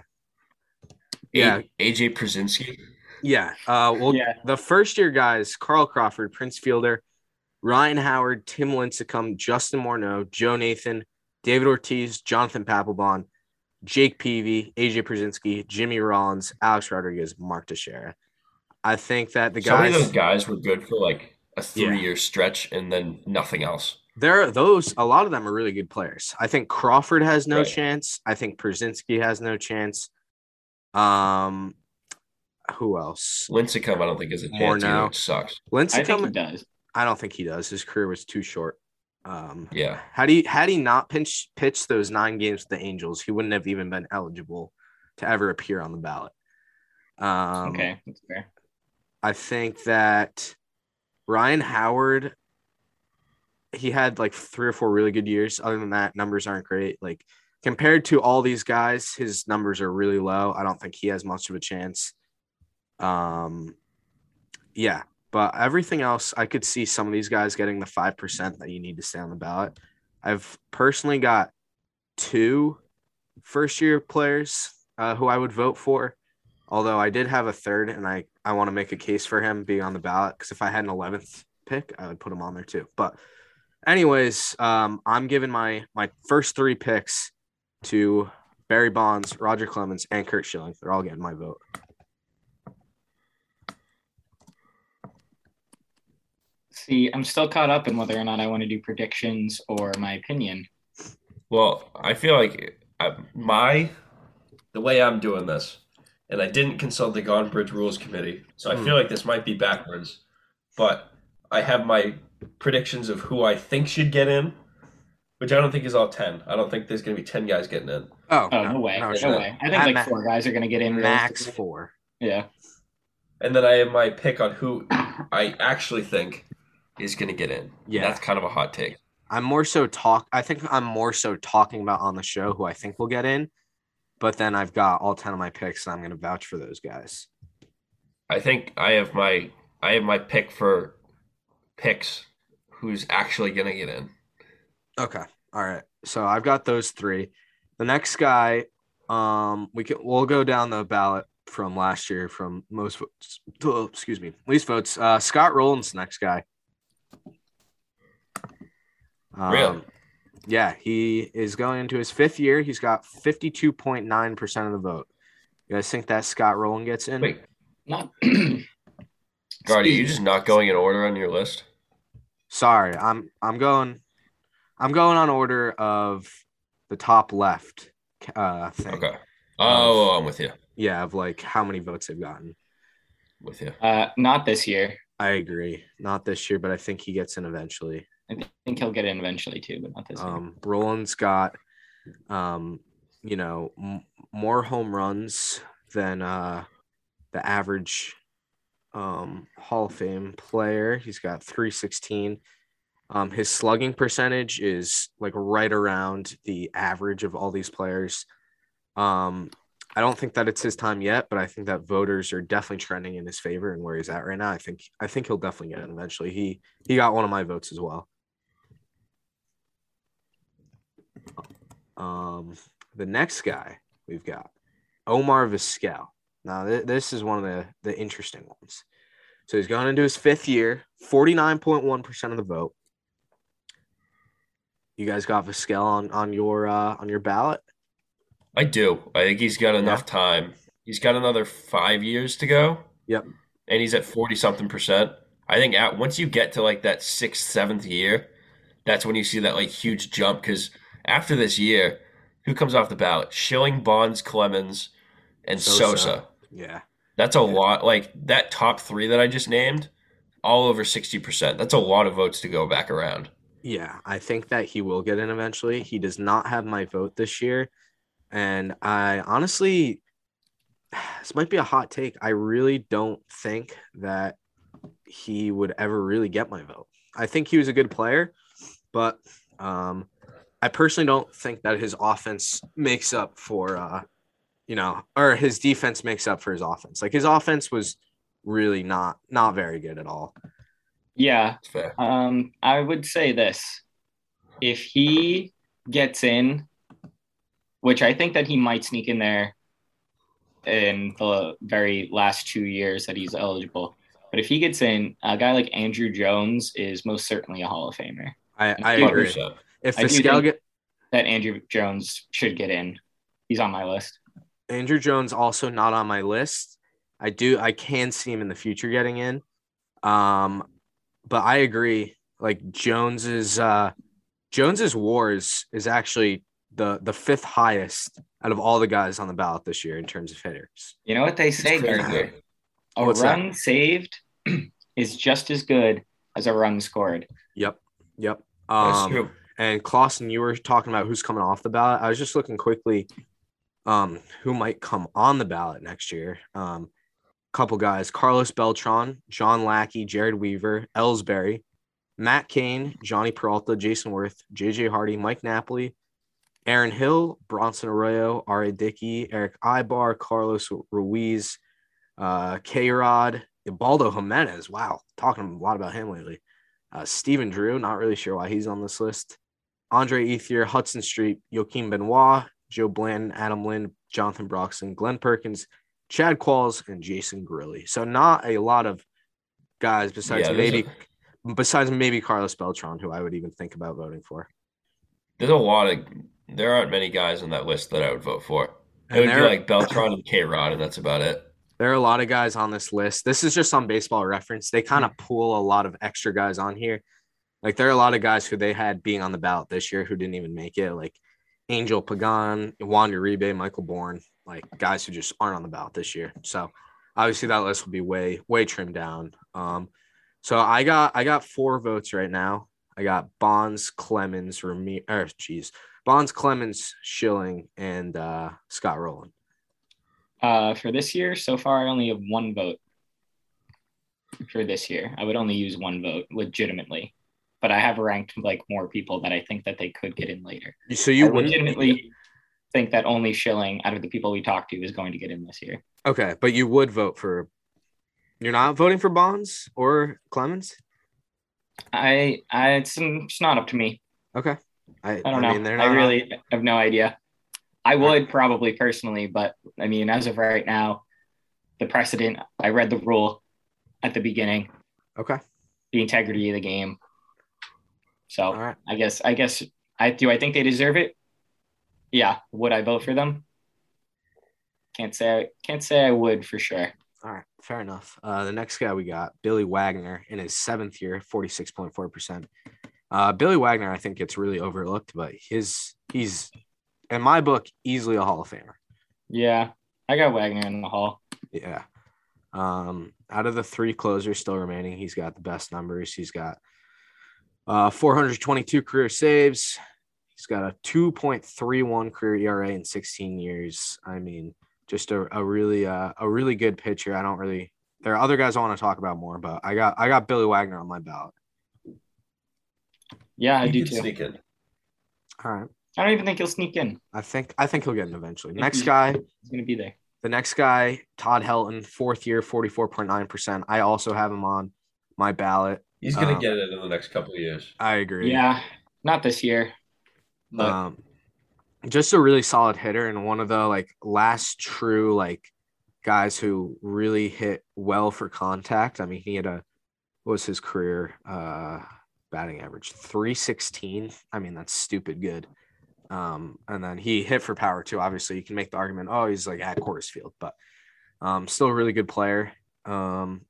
S3: yeah.
S4: yeah. AJ Przinski.
S3: yeah. Uh, well,
S5: Yeah.
S3: the first year guys: Carl Crawford, Prince Fielder, Ryan Howard, Tim Lincecum, Justin Morneau, Joe Nathan, David Ortiz, Jonathan Papelbon, Jake Peavy, AJ Przinski, Jimmy Rollins, Alex Rodriguez, Mark Teixeira. I think that the
S4: Some of
S3: guys
S4: those guys were good for like a
S3: Yeah.
S4: three-year stretch and then nothing else.
S3: There, are those a lot of them are really good players. I think Crawford has no
S4: Right.
S3: chance. I think Przinski has no chance. Um, who else?
S4: Lincecum, I don't think is a
S3: More
S4: chance
S3: now.
S4: either, which sucks.
S5: I think he
S3: Lincecum,
S5: does.
S3: I don't think he does. His career was too short. Um,
S4: Yeah,
S3: had he had he not pinch, pitched those nine games with the Angels, he wouldn't have even been eligible to ever appear on the ballot. Um,
S5: okay, that's fair.
S3: I think that Ryan Howard, he had like three or four really good years. Other than that, numbers aren't great. Like compared to all these guys, his numbers are really low. I don't think he has much of a chance. Um, yeah, but everything else, I could see some of these guys getting the five percent that you need to stay on the ballot. I've personally got two first year players uh, who I would vote for. Although I did have a third, and I, I want to make a case for him being on the ballot because if I had an 11th pick, I would put him on there too. But, anyways, um, I'm giving my my first three picks to Barry Bonds, Roger Clemens, and Kurt Schilling. They're all getting my vote.
S5: See, I'm still caught up in whether or not I want to do predictions or my opinion.
S4: Well, I feel like I, my the way I'm doing this, and I didn't consult the Gone Bridge Rules Committee, so I
S3: Hmm.
S4: feel like this might be backwards. But I have my predictions of who I think should get in, which I don't think is all ten. I don't think there's going to be ten guys getting in.
S3: Oh,
S5: Oh no, way, no,
S4: sure.
S5: way. I think
S3: At
S5: like
S3: ma-
S5: four guys are gonna get in.
S3: Max
S5: realistically.
S3: four.
S5: Yeah.
S4: And then I have my pick on who I actually think is going to get in.
S3: Yeah.
S4: That's kind of a hot take.
S3: I'm more so talk. I think I'm more so talking about on the show who I think will get in, but then I've got all ten of my picks, and I'm going to vouch for those guys.
S4: I think I have my I have my pick for picks who's actually going to get in.
S3: Okay. All right. So I've got those three. The next guy, um, we can we'll go down the ballot from last year from most votes to excuse me least votes. Uh, Scott Rowland's next guy. Um,
S4: Really?
S3: Yeah, he is going into his fifth year. He's got fifty-two point nine percent of the vote. You guys think that Scott Rowland gets in?
S4: Wait,
S5: Not <clears throat>
S4: Guard, are you just not going in order on your list?
S3: Sorry, I'm I'm going, I'm going on order of the top left uh, thing.
S4: Okay. Oh, I'm with you.
S3: yeah, of like how many votes they've gotten.
S4: With you.
S5: uh not this year.
S3: I agree. Not this year, but I think he gets in eventually.
S5: I think he'll get in eventually too, but not this year.
S3: Um, Roland's got, um, you know, m- more home runs than uh, the average um, Hall of Fame player. He's got 316. Um, his slugging percentage is like right around the average of all these players. Um, I don't think that it's his time yet, but I think that voters are definitely trending in his favor and where he's at right now. I think I think he'll definitely get it eventually. He he got one of my votes as well. Um, the next guy we've got Omar Vizquel. Now th- this is one of the the interesting ones. So he's going into his fifth year, forty nine point one percent of the vote. You guys got Vizquel on on your uh, on your ballot.
S4: I do. I think he's got enough time. He's got another five years to go.
S3: Yep.
S4: And he's at forty something percent. I think at once you get to like that sixth, seventh year, that's when you see that like huge jump. Because after this year, who comes off the ballot? Schilling, Bonds, Clemens, and
S3: Sosa.
S4: Sosa.
S3: Yeah,
S4: That's a lot. Like that top three that I just named, all over sixty percent. That's a lot of votes to go back around.
S3: yeah. I think that he will get in eventually. He does not have my vote this year, and I honestly, <sighs> this might be a hot take. I really don't think that he would ever really get my vote. I think he was a good player, but um, I personally don't think that his offense makes up for uh, you know, or his defense makes up for his offense. Like his offense was really not not very good at all.
S5: Yeah.
S4: It's fair.
S5: Um, I would say this. If he gets in, which I think that he might sneak in there in the very last two years that he's eligible. But if he gets in, a guy like Andrew Jones is most certainly a Hall of Famer.
S3: I, I
S5: Fuck
S3: agree.
S4: So,
S3: If
S5: I do
S3: Fiscal
S5: think-
S3: get
S5: That Andrew Jones should get in. He's on my list.
S3: Andrew Jones also not on my list. I do I can see him in the future getting in. Um but I agree like Jones's uh Jones's war is is actually the the fifth highest out of all the guys on the ballot this year in terms of hitters.
S5: You know what they say,
S4: it's crazy.
S5: Gardner? A
S3: What's that?
S5: run saved is just as good as a run scored.
S3: Yep. Yep.
S4: That's
S3: Um
S4: true.
S3: and Clausen, you were talking about who's coming off the ballot. I was just looking quickly um who might come on the ballot next year. Um couple guys, Carlos Beltran, John Lackey, Jared Weaver, Ellsbury, Matt Kane, Johnny Peralta, Jason Worth, JJ Hardy, Mike Napoli, Aaron Hill, Bronson Arroyo, Ari Dickey, Eric Ibar, Carlos Ruiz, uh, K Rod, Ibaldo Jimenez. Wow, talking a lot about him lately. Uh, Steven Drew, not really sure why he's on this list. Andre Ethier, Hudson Street, Joaquin Benoit, Joe Blanton, Adam Lynn, Jonathan Broxton, Glenn Perkins, Chad Qualls, and Jason Grilly. So not a lot of guys besides
S4: Yeah, there's
S3: maybe besides maybe Carlos Beltran, who I would even think about voting for.
S4: There's a lot of there aren't many guys on that list that I would vote for. It
S3: And
S4: would be
S3: there,
S4: like Beltron and K Rod, and that's about it.
S3: there are a lot of guys on this list. This is just on baseball reference. They kind
S5: <laughs>
S3: of pull a lot of extra guys on here. Like there are a lot of guys who they had being on the ballot this year who didn't even make it, like Angel Pagan, Juan Uribe, Michael Bourne, like guys who just aren't on the ballot this year. So obviously that list will be way, way trimmed down. Um, so I got I got four votes right now. I got Bonds, Clemens, Ramirez, or geez, Bonds, Clemens, Schilling, and uh, Scott Rowland.
S5: Uh, for this year, so far, I only have one vote for this year. I would only use one vote legitimately, but I have ranked like more people that I think that they could get in later.
S3: So you
S5: I
S3: wouldn't
S5: legitimately think that only Schilling out of the people we talked to is going to get in this year.
S3: Okay, but you would vote for. You're not voting for Bonds or Clemens.
S5: I, I it's, it's not up to me.
S3: Okay, I,
S5: I don't
S3: I
S5: know.
S3: mean, they're
S5: I
S3: not-
S5: really have no idea. I would probably personally, but I mean, as of right now, the precedent, I read the rule at the beginning,
S3: Okay,
S5: the integrity of the game. So
S3: all right.
S5: I guess, I guess, I do I think they deserve it? Yeah. Would I vote for them? Can't say, can't say I would for sure.
S3: All right, fair enough. Uh, the next guy we got, Billy Wagner, in his seventh year, 46.4%. Uh, Billy Wagner, I think it's really overlooked, but his he's, in my book, easily a Hall of Famer.
S5: Yeah. I got Wagner in the hall.
S3: Yeah. Um, out of the three closers still remaining, he's got the best numbers. He's got uh 422 career saves. He's got a 2.31 career ERA in 16 years. I mean, just a, a really uh, a really good pitcher. I don't really there are other guys I want to talk about more, but I got I got Billy Wagner on my ballot.
S5: Yeah, I
S4: You
S5: do
S4: could
S5: too.
S4: sneak in.
S3: All right. Mm-hmm.
S5: I don't even think he'll sneak in.
S3: I think I think he'll get in eventually.
S5: Maybe.
S3: Next guy,
S5: He's going to be there.
S3: The next guy, Todd Helton, fourth year, 44.9%. I also have him on my ballot.
S4: He's gonna
S3: Um,
S4: get it in the next couple of years.
S3: I agree.
S5: Yeah. Not this year. But
S3: Um, just a really solid hitter and one of the like last true like guys who really hit well for contact. I mean, he had a what was his career uh batting average 316. I mean, that's stupid good. Um, and then he hit for power too. Obviously, you can make the argument, oh, he's like at Coors Field, but um, still a really good player. Um,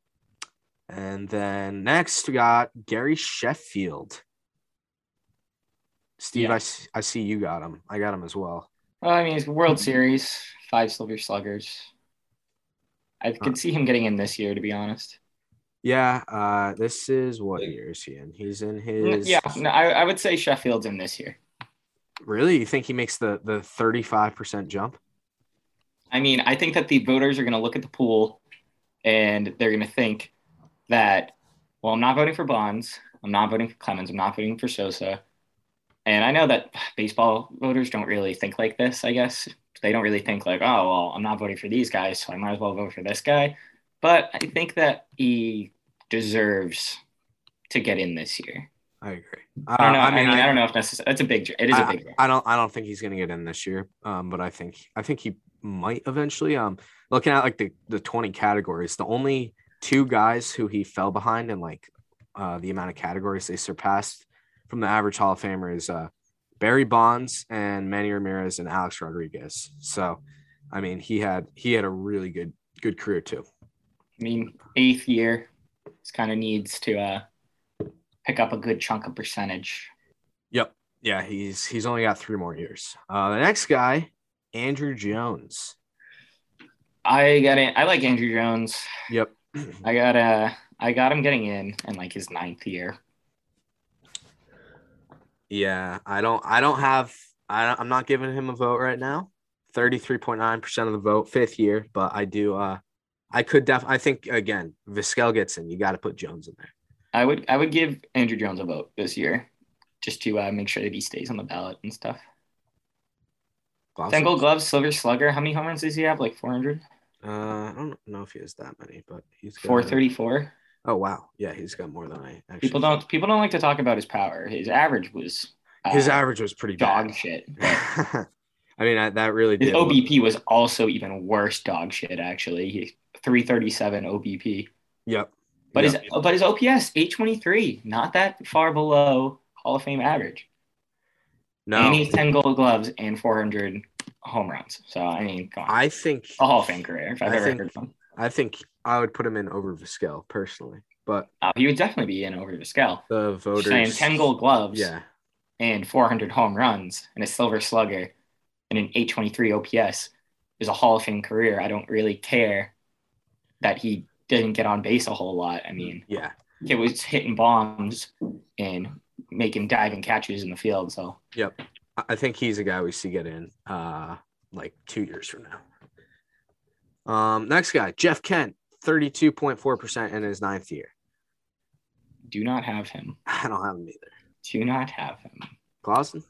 S3: and then next we got Gary Sheffield. Steve,
S5: Yeah.
S3: I, s- I see you got him. I got him as well.
S5: Well, I mean, it's World Series, five Silver Sluggers. I
S3: Uh.
S5: could see him getting in this year, to be honest.
S3: Yeah, uh, this is what year is he in? He's in
S5: N-
S3: his.
S5: Mm, Yeah, no, I, I would say Sheffield's in this year.
S3: Really, you think he makes the the thirty five percent jump?
S5: I mean, I think that the voters are going to look at the pool and they're going to think that, well, I'm not voting for Bonds. I'm not voting for Clemens. I'm not voting for Sosa. And I know that baseball voters don't really think like this, I guess. They don't really think like, oh, well, I'm not voting for these guys, so I might as well vote for this guy. But I think that he deserves to get in this year.
S3: I agree.
S5: I don't know.
S3: Uh,
S5: I mean, I, don't know if necessarily that's a big. dr- It is a big. draft.
S3: I, I don't. I don't think he's going to get in this year. Um, but I think I think he might eventually. Um, looking at like the the twenty categories, the only two guys who he fell behind in like uh, the amount of categories they surpassed from the average Hall of Famer is uh, Barry Bonds and Manny Ramirez and Alex Rodriguez. So, I mean, he had he had a really good good career too.
S5: I mean, eighth year, it's kind of needs to uh, pick up a good chunk of percentage.
S3: Yep. Yeah, he's he's only got three more years. Uh, the next guy, Andrew Jones.
S5: I got it. I like Andrew Jones.
S3: Yep.
S5: I got uh, I got him getting in in like his ninth year.
S3: Yeah, I don't. I don't have. I don't, I'm not giving him a vote right now. Thirty-three point nine percent of the vote, fifth year. But I do. Uh, I could def. I think again, Vizquel gets in. You got to put Jones in there.
S5: I would I would give Andrew Jones a vote this year, just to uh, make sure that he stays on the ballot and stuff. Ten Gold Gloves, Silver Slugger. How many home runs does he have? Like 400?
S3: Uh, I don't know if he has that many, but he's got-
S5: 434.
S3: Oh wow, yeah, he's got more than I. Actually
S5: People don't people don't like to talk about his power. His average was uh,
S3: His average was pretty
S5: dog
S3: bad.
S5: shit.
S3: I mean, <laughs> I, that really
S5: His
S3: did.
S5: OBP was also even worse dog shit. Actually, he 337 OBP,
S3: Yep.
S5: but
S3: yep.
S5: his but his OPS 823, not that far below Hall of Fame average. And
S3: no,
S5: he's 10 Gold Gloves and 400 home runs. So I mean, come on.
S3: I think
S5: a Hall of Fame career, if I've
S3: I
S5: ever
S3: think-
S5: heard one.
S3: I think I would put him in over Vizquel personally, but
S5: Uh, he would definitely be in over the scale.
S3: the voters
S5: Saying 10 Gold Gloves.
S3: Yeah,
S5: and 400 home runs and a silver slugger and an 823 OPS is a Hall of Fame career. I don't really care that he didn't get on base a whole lot. I mean,
S3: yeah.
S5: it was hitting bombs and making diving catches in the field. So
S3: I I think he's a guy we see get in uh like two years from now. Um, next guy, Jeff Kent, 32.4% in his ninth year.
S5: do not have him.
S3: I don't have him either.
S5: Do not have him.
S3: Clausen?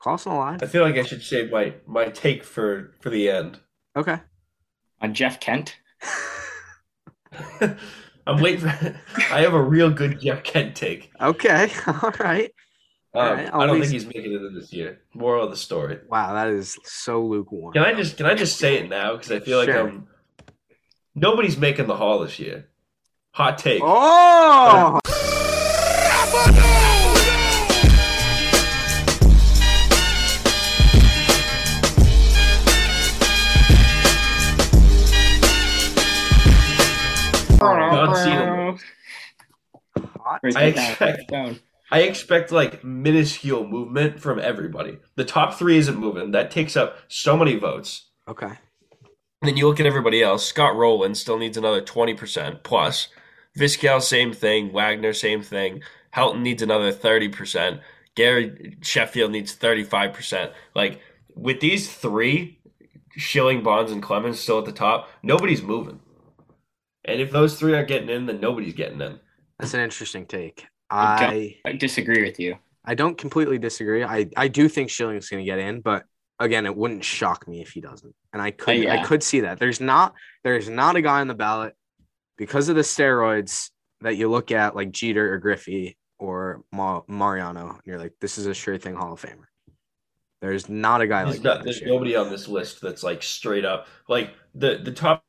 S3: Clausen alive?
S4: I feel like I should save my my take for for the end. <laughs>
S3: Okay. <laughs>
S5: On Uh, Jeff Kent,
S4: I'm waiting for. <laughs> I have a real good Jeff Kent take.
S3: Okay. <laughs> All right.
S4: Um,
S3: Alright, I'll
S4: I don't
S3: be-
S4: think he's making it in this year. Moral of the story.
S3: Wow, that is so lukewarm.
S4: Can I just can I just say it now because I feel like
S3: Sure.
S4: I'm. Nobody's making the hall this year. Hot take.
S3: Oh,
S4: Not seen him.
S3: hot.
S5: Or is
S4: I
S5: it down?
S4: expect-
S5: Down.
S4: I expect like minuscule movement from everybody. The top three isn't moving. That takes up so many votes.
S3: Okay.
S4: And then you look at everybody else. Scott Rowland still needs another twenty percent plus. Viscal, same thing. Wagner, same thing. Helton needs another thirty percent. Gary Sheffield needs thirty five percent. Like with these three, Schilling, Bonds, and Clemens still at the top, nobody's moving. And if those three aren't getting in, then nobody's getting in.
S3: That's an interesting take.
S5: I don't-
S3: I
S5: I disagree with you.
S3: I don't completely disagree. I, I do think Schilling's going to get in, but again, it wouldn't shock me if he doesn't. And I could I
S5: yeah.
S3: could see that. There's not there's not a guy on the ballot because of the steroids that you look at like Jeter or Griffey or Ma- Mariano, and you're like, this is a sure thing Hall of Famer. There's not a guy
S4: There's,
S3: like
S4: no-
S3: that this
S4: there's
S3: year.
S4: nobody on this list that's like straight up like the the top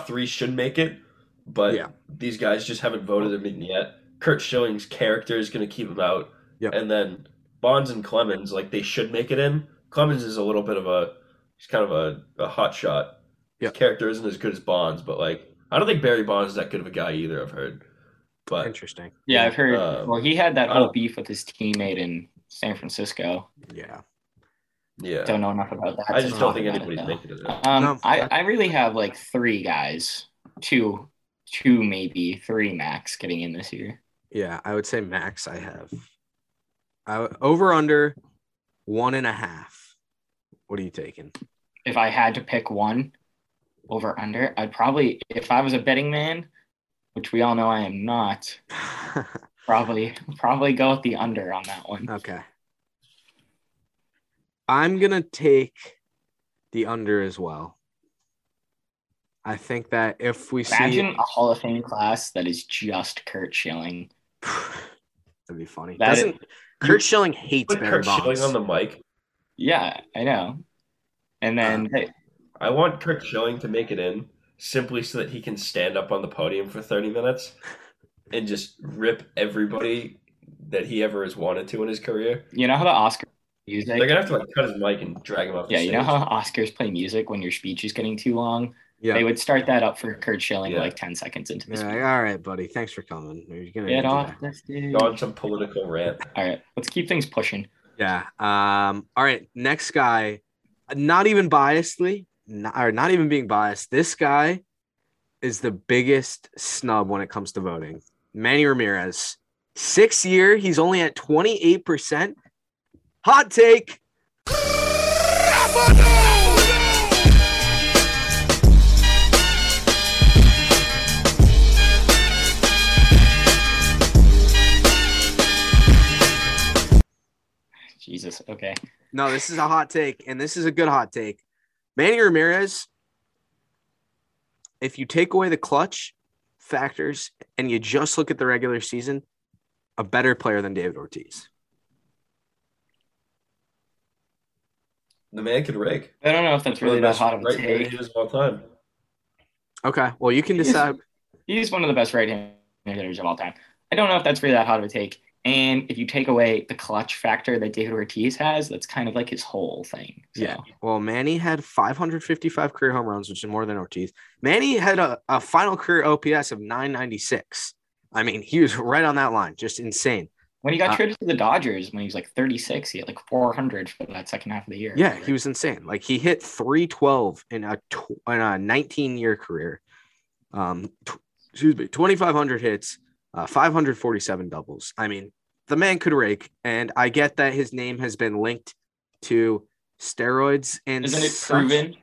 S4: three should make it, but
S3: Yeah.
S4: these guys just haven't voted them in yet. Kurt Schilling's character is going to keep him out,
S3: Yep.
S4: and then Bonds and Clemens like they should make it in. Clemens is a little bit of a he's kind of a, a hot shot.
S3: Yep.
S4: His character isn't as good as Bonds, but like I don't think Barry Bonds is that good of a guy either. I've heard, but
S3: Interesting.
S5: Yeah, I've heard.
S4: Um,
S5: well, he had that
S4: I
S5: whole
S4: don't-
S5: beef with his teammate in San Francisco.
S3: Yeah.
S4: yeah,
S5: Don't know enough about that.
S4: I
S5: to
S4: just don't
S5: talk
S4: think
S5: about it,
S4: anybody's
S5: though.
S4: making it. In.
S5: Um,
S3: No,
S5: I,
S3: that-
S5: I really have like three guys, two, two maybe three max getting in this year.
S3: Yeah. I would say max I have. I, would- over under one and a half. What are you taking? <laughs>
S5: If I had to pick one over under, I'd probably, if I was a betting man, which we all know I am not, Probably, <laughs> probably go with the under on that one.
S3: Okay. I'm going to take the under as well. I think that if we
S5: Imagine a Hall of Fame class that is just Kurt Schilling.
S3: see. <sighs> That'd be funny.
S5: That-
S3: Doesn't Kurt Schilling hates
S4: Put
S3: Barry
S4: Kurt Schilling
S3: Bonds.
S4: on the mic.
S5: Yeah, I know. And then hey,
S4: I want Kurt Schilling to make it in simply so that he can stand up on the podium for 30 minutes and just rip everybody that he ever has wanted to in his career.
S5: you know how the Oscar music.
S4: They're gonna have to like cut his mic and drag him off. the
S5: yeah, you know
S4: stage.
S5: how Oscars play music when your speech is getting too long. They
S3: Yeah.
S5: would start that up for Kurt Schilling
S4: Yeah.
S5: like ten seconds into the
S3: They're
S5: speech.
S3: like, all right, buddy. Thanks for coming. You're gonna
S5: Get
S3: do
S5: off
S3: that."
S5: the stage.
S4: Go on some political rant.
S5: All right, let's keep things pushing.
S3: Yeah. Um. All right. Next guy, not even biasedly, not, or not even being biased. This guy is the biggest snub when it comes to voting. Manny Ramirez, sixth year, he's only at twenty eight percent. Hot take.
S5: Jesus. Okay.
S3: No, this is a hot take, and this is a good hot take. Manny Ramirez, if you take away the clutch factors and you just look at the regular season, a better player than David Ortiz.
S4: The man could rake.
S5: I don't know if that's
S4: One
S5: really
S4: of the
S5: that
S4: best
S5: hot of a
S4: right
S5: take.
S4: hitters of all time.
S3: Okay. Well, you can
S5: Yes.
S3: decide.
S5: He's one of the best right-handed hitters of all time. I don't know if that's really that hot of a take. And if you take away the clutch factor that David Ortiz has, that's kind of like his whole thing. So,
S3: Yeah. Well, Manny had 555 career home runs, which is more than Ortiz. Manny had a, a final career OPS of 996. I mean, he was right on that line, just insane.
S5: When he got
S3: Uh,
S5: traded to the Dodgers when he was like 36, he had like 400 for that second half of the year.
S3: Yeah, he was insane. Like he hit 312 in a tw- in a 19 year career. Um, tw- excuse me, 2,500 hits, uh, 547 doubles. I mean, the man could rake, and I get that his name has been linked to steroids and
S5: Isn't it
S3: such-
S5: proven?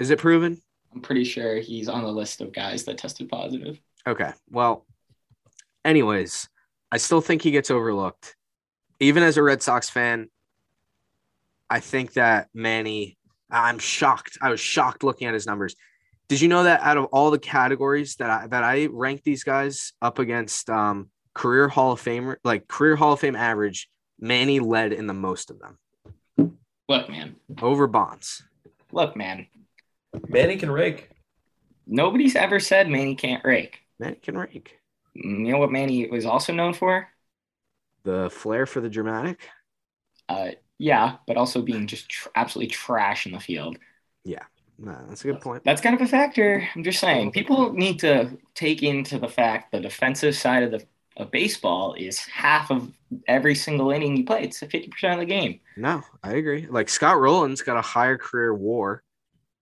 S3: Is it proven?
S5: I'm pretty sure he's on the list of guys that tested positive.
S3: Okay. Well, anyways, I still think he gets overlooked. Even as a Red Sox fan, I think that Manny, I'm shocked. I was shocked looking at his numbers. Did you know that out of all the categories that I that I ranked these guys up against um career Hall of Fame like career Hall of Fame average, Manny led in the most of them
S5: Look, man.
S3: over Bonds.
S5: Look, man.
S4: Manny can rake.
S5: Nobody's ever said Manny can't rake.
S3: Manny can rake.
S5: You know what Manny was also known for?
S3: The flair for the dramatic.
S5: Uh, yeah, but also being just tr- absolutely trash in the field.
S3: No, that's a good point.
S5: That's kind of a factor. I'm just saying, people need to take into the fact the defensive side of the of baseball is half of every single inning you play. It's 50% of the game.
S3: No, I agree. Like Scott Rowland's got a higher career WAR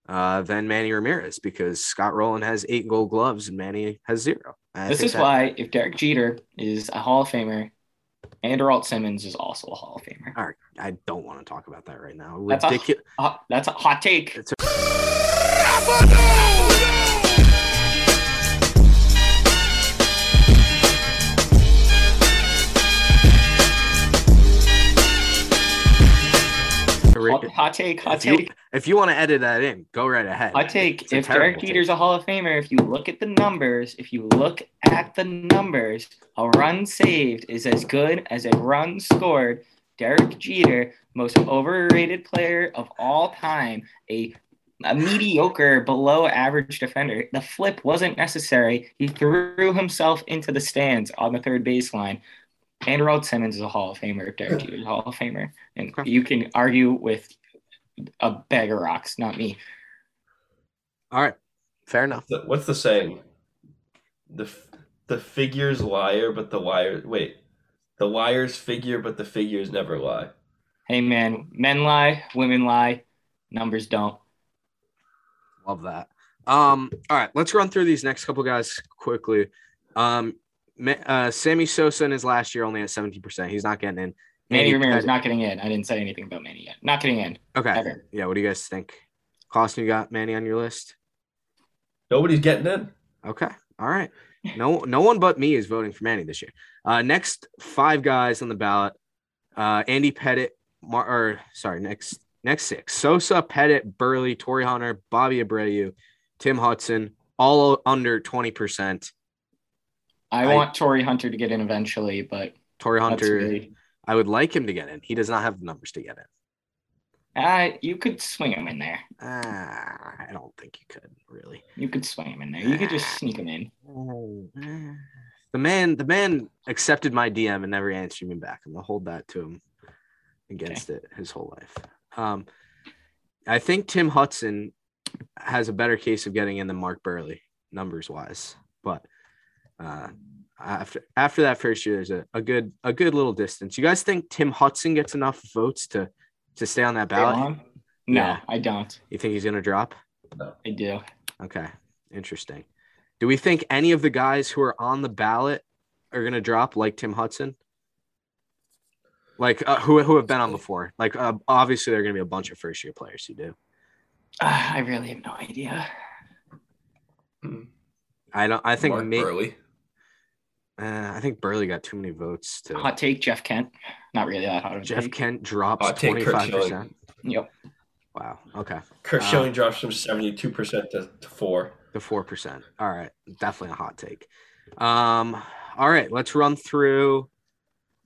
S3: uh, than Manny Ramirez because Scott Rowland has eight Gold Gloves and Manny has zero. And I
S5: this
S3: think
S5: is
S3: that-
S5: why if Derek Jeter is a Hall of Famer, and Earl Simmons is also a Hall of Famer.
S3: I don't want to talk about that right now.
S5: That's a- <laughs>
S3: Ridiculous.
S5: Uh, that's a hot take.
S3: It's
S5: Hot, hot take. Hot
S3: If you,
S5: take.
S3: if you want to edit that in, go right ahead.
S5: I take
S3: It's a
S5: if
S3: terrible
S5: Derek
S3: take.
S5: Jeter's a Hall of Famer, if you look at the numbers, if you look at the numbers, a run saved is as good as a run scored. Derek Jeter, most overrated player of all time, a, a mediocre, below average defender. The flip wasn't necessary. He threw himself into the stands on the third baseline. And Rod Simmons is a Hall of Famer. Derek Jeter's a Hall of Famer. And
S3: Okay.
S5: you can argue with a bag of rocks, not me.
S3: All right. Fair enough.
S4: The- What's the saying? The f- the figure's liar, but the liar wait. The liar's figure, but the figures never lie.
S5: Hey man, men lie, women lie, numbers don't.
S3: Love that. Um, all right, let's run through these next couple guys quickly. Um, Ma- uh, Sammy Sosa in his last year only at seventy percent. He's not getting in.
S5: Manny Ramirez
S3: Pettit-
S5: not getting in. I didn't say anything about Manny yet. Not getting in.
S3: Okay.
S5: Ever.
S3: Yeah. What do you guys think? Cost you got Manny on your list?
S4: Nobody's getting in.
S3: Okay. All right. No, no one but me is voting for Manny this year. Uh, next five guys on the ballot: uh, Andy Pettit, Mar- or sorry, next next six: Sosa, Pettit, Burley, Torrey Hunter, Bobby Abreu, Tim Hudson, all under twenty percent.
S5: I,
S3: I-
S5: want Tory Hunter to get in eventually, but
S3: Torrey
S5: that's
S3: Hunter,
S5: really-
S3: I would like him to get in. He does not have the numbers to get in.
S5: uh, you could swing him in there.
S3: Ah, I don't think you could really.
S5: You could swing him in there. You could just sneak him in.
S3: The man, the man accepted my DM and never answered me back. I'm gonna hold that to him against it his whole life. Um, I think Tim Hudson has a better case of getting in than Mark Burley numbers wise, but uh, after after that first year, there's a, a good a good little distance. You guys think Tim Hudson gets enough votes to to stay on that ballot?
S5: Alon? No,
S3: Yeah.
S5: I don't.
S3: You think he's gonna drop?
S5: I do.
S3: Okay, interesting. Do we think any of the guys who are on the ballot are going to drop like Tim Hudson? Like uh, who who have been on before? Like uh, obviously there are going to be a bunch of first year players who do.
S5: Ah, I really have no idea.
S3: I don't. I think
S4: Mark
S3: me. Uh,
S4: Burley.
S3: I think Burley got too many votes to.
S5: Hot take, Jeff Kent. Not really that hot of a
S3: Jeff
S5: take.
S3: Kent drops
S4: Hot take,
S3: twenty
S4: Kurt
S3: five
S4: Schilling.
S3: percent.
S5: Yep.
S3: Wow. Okay.
S4: Kurt
S3: Uh,
S4: Schilling drops from seventy-two percent to, to four.
S3: The four percent. All right, definitely a hot take. Um, all right, let's run through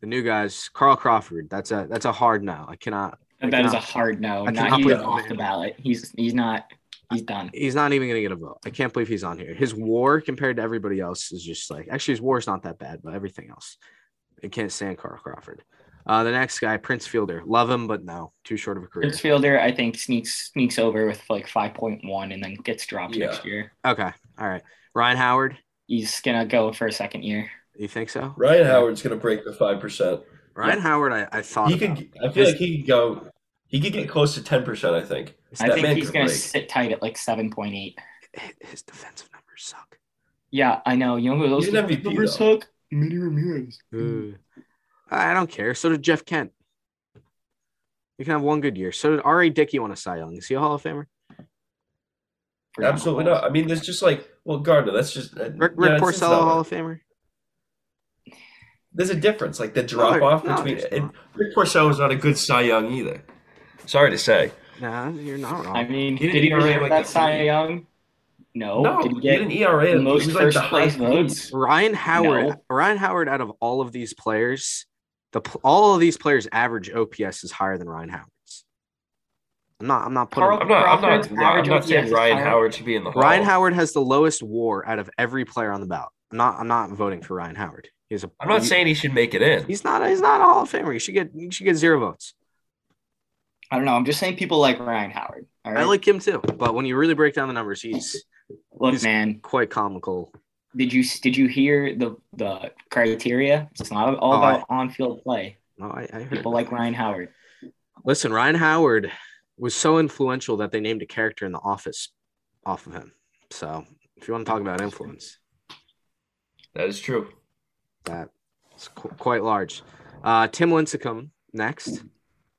S3: the new guys. Carl Crawford. That's a that's a hard no. I cannot. I
S5: that is a
S3: cannot-
S5: hard no.
S3: I
S5: Not
S3: cannot
S5: he's
S3: believe that
S5: off
S3: man.
S5: the ballot. He's he's not. He's done.
S3: He's not even going to get a vote. I can't believe he's on here. His war compared to everybody else is just like actually his war is not that bad, but everything else, I can't stand Carl Crawford. Uh, the next guy, Prince Fielder, love him, but no, too short of a career.
S5: Prince Fielder, I think, sneaks sneaks over with like five point one, and then gets dropped
S4: Yeah.
S5: next year.
S3: Okay, all right. Ryan Howard,
S5: He's gonna go for a second year.
S3: you think so?
S4: Ryan Howard's gonna break the five percent.
S3: Ryan Howard, I, I thought
S4: He
S3: about.
S4: could. I feel
S3: His-
S4: like he could go. He could get close to ten percent. I think.
S3: His,
S5: I
S4: That
S5: think
S4: man
S5: he's
S4: could
S5: gonna
S4: break.
S5: sit tight at like seven point eight.
S3: his defensive numbers suck.
S5: Yeah, I know. You know who those
S4: He's an MVP,
S5: numbers
S4: though.
S5: hook? Manny Ramirez.
S3: Ugh. I don't care. So did Jeff Kent. You can have one good year. So did R.A. Dickey want a Cy Young. Is he a Hall of Famer?
S4: Absolutely not. I mean, there's just like well, Gardner. That's just uh,
S3: Rick,
S4: no,
S3: Rick
S4: it's- it's
S3: Porcello,
S4: not-
S3: Hall of Famer?
S4: There's a difference, like the drop off
S3: no,
S4: between.
S3: there's
S4: And
S3: not.
S4: Rick Porcello is not a good Cy Young either. Sorry to say.
S3: Nah, you're not wrong.
S5: I mean,
S4: He
S5: did
S4: didn't
S5: he
S4: even
S5: really
S4: have, like,
S5: that
S4: the-
S5: Cy Young? No.
S4: no,
S5: did he
S4: he had
S5: Oh, get
S4: an ERA.
S5: the
S4: that
S5: most
S4: was,
S5: first place
S4: highest lead.
S5: votes?
S3: Ryan Howard.
S5: No.
S3: Ryan Howard. Out of all of these players, the pl- all of these players' average OPS is higher than Ryan Howard's. I'm not. I'm not putting.
S5: Carl-
S4: I'm not. I'm not.
S5: Crawford's
S4: I'm
S5: average
S4: not
S5: OPS
S4: saying
S5: is
S4: Ryan
S5: higher.
S4: Howard should be in the Hall.
S3: Ryan Howard has the lowest WAR out of every player on the ballot. I'm not. I'm not voting for Ryan Howard. He's a.
S4: I'm not
S3: he-
S4: saying he should make it in.
S3: he's not. He's not a Hall of Famer. You should get. You should get zero votes.
S5: I don't know. I'm just saying people like Ryan Howard. All right.
S3: I like him too, but when you really break down the numbers, he's
S5: Look,
S3: he's-
S5: man.
S3: quite comical.
S5: Did you did you hear the the criteria? It's not all
S3: Oh, I-
S5: about on field play.
S3: No, Oh, I, I heard about
S5: People like
S3: that.
S5: Ryan Howard.
S3: Listen, Ryan Howard was so influential that they named a character in The Office off of him. So, if you want to talk about influence,
S4: That is true.
S3: that's qu- quite large. Uh, Tim Lincecum next.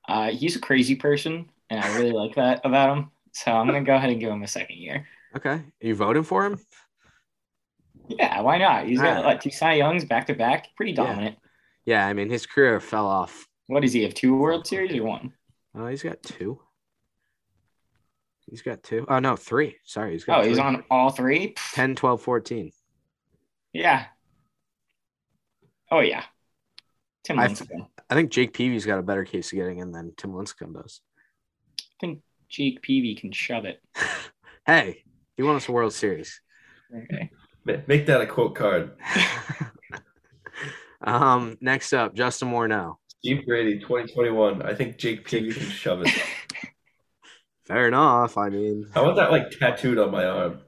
S5: Uh, he's a crazy person, and I really like that about him. So I'm gonna go ahead and give him a second year.
S3: Okay, are you voting for him?
S5: Yeah, why not? He's got
S3: Alright.
S5: like, two Cy Youngs back to back, pretty
S3: Yeah.
S5: dominant.
S3: Yeah, I mean his career fell off.
S5: What does he have? Two World Series or one?
S3: Uh, he's got two. He's got two. Oh no, three. Sorry, he's got.
S5: Oh, he's
S3: three.
S5: on all three. Pff,
S3: 10, 12, 14.
S5: Yeah. Oh yeah. Tim
S3: I-
S5: Lincecum. I
S3: I think Jake Peavy's got a better case of getting in than Tim Lincecum does.
S5: think Jake Peavy can shove it.
S3: Hey, he won us a World Series.
S5: Okay.
S4: Ma- Make that a quote card.
S3: um, next up, Justin Morneau.
S4: Steve Brady, 2021. I think Jake Peavy can shove it.
S3: Fair enough. I mean,
S4: I want that like tattooed on my arm.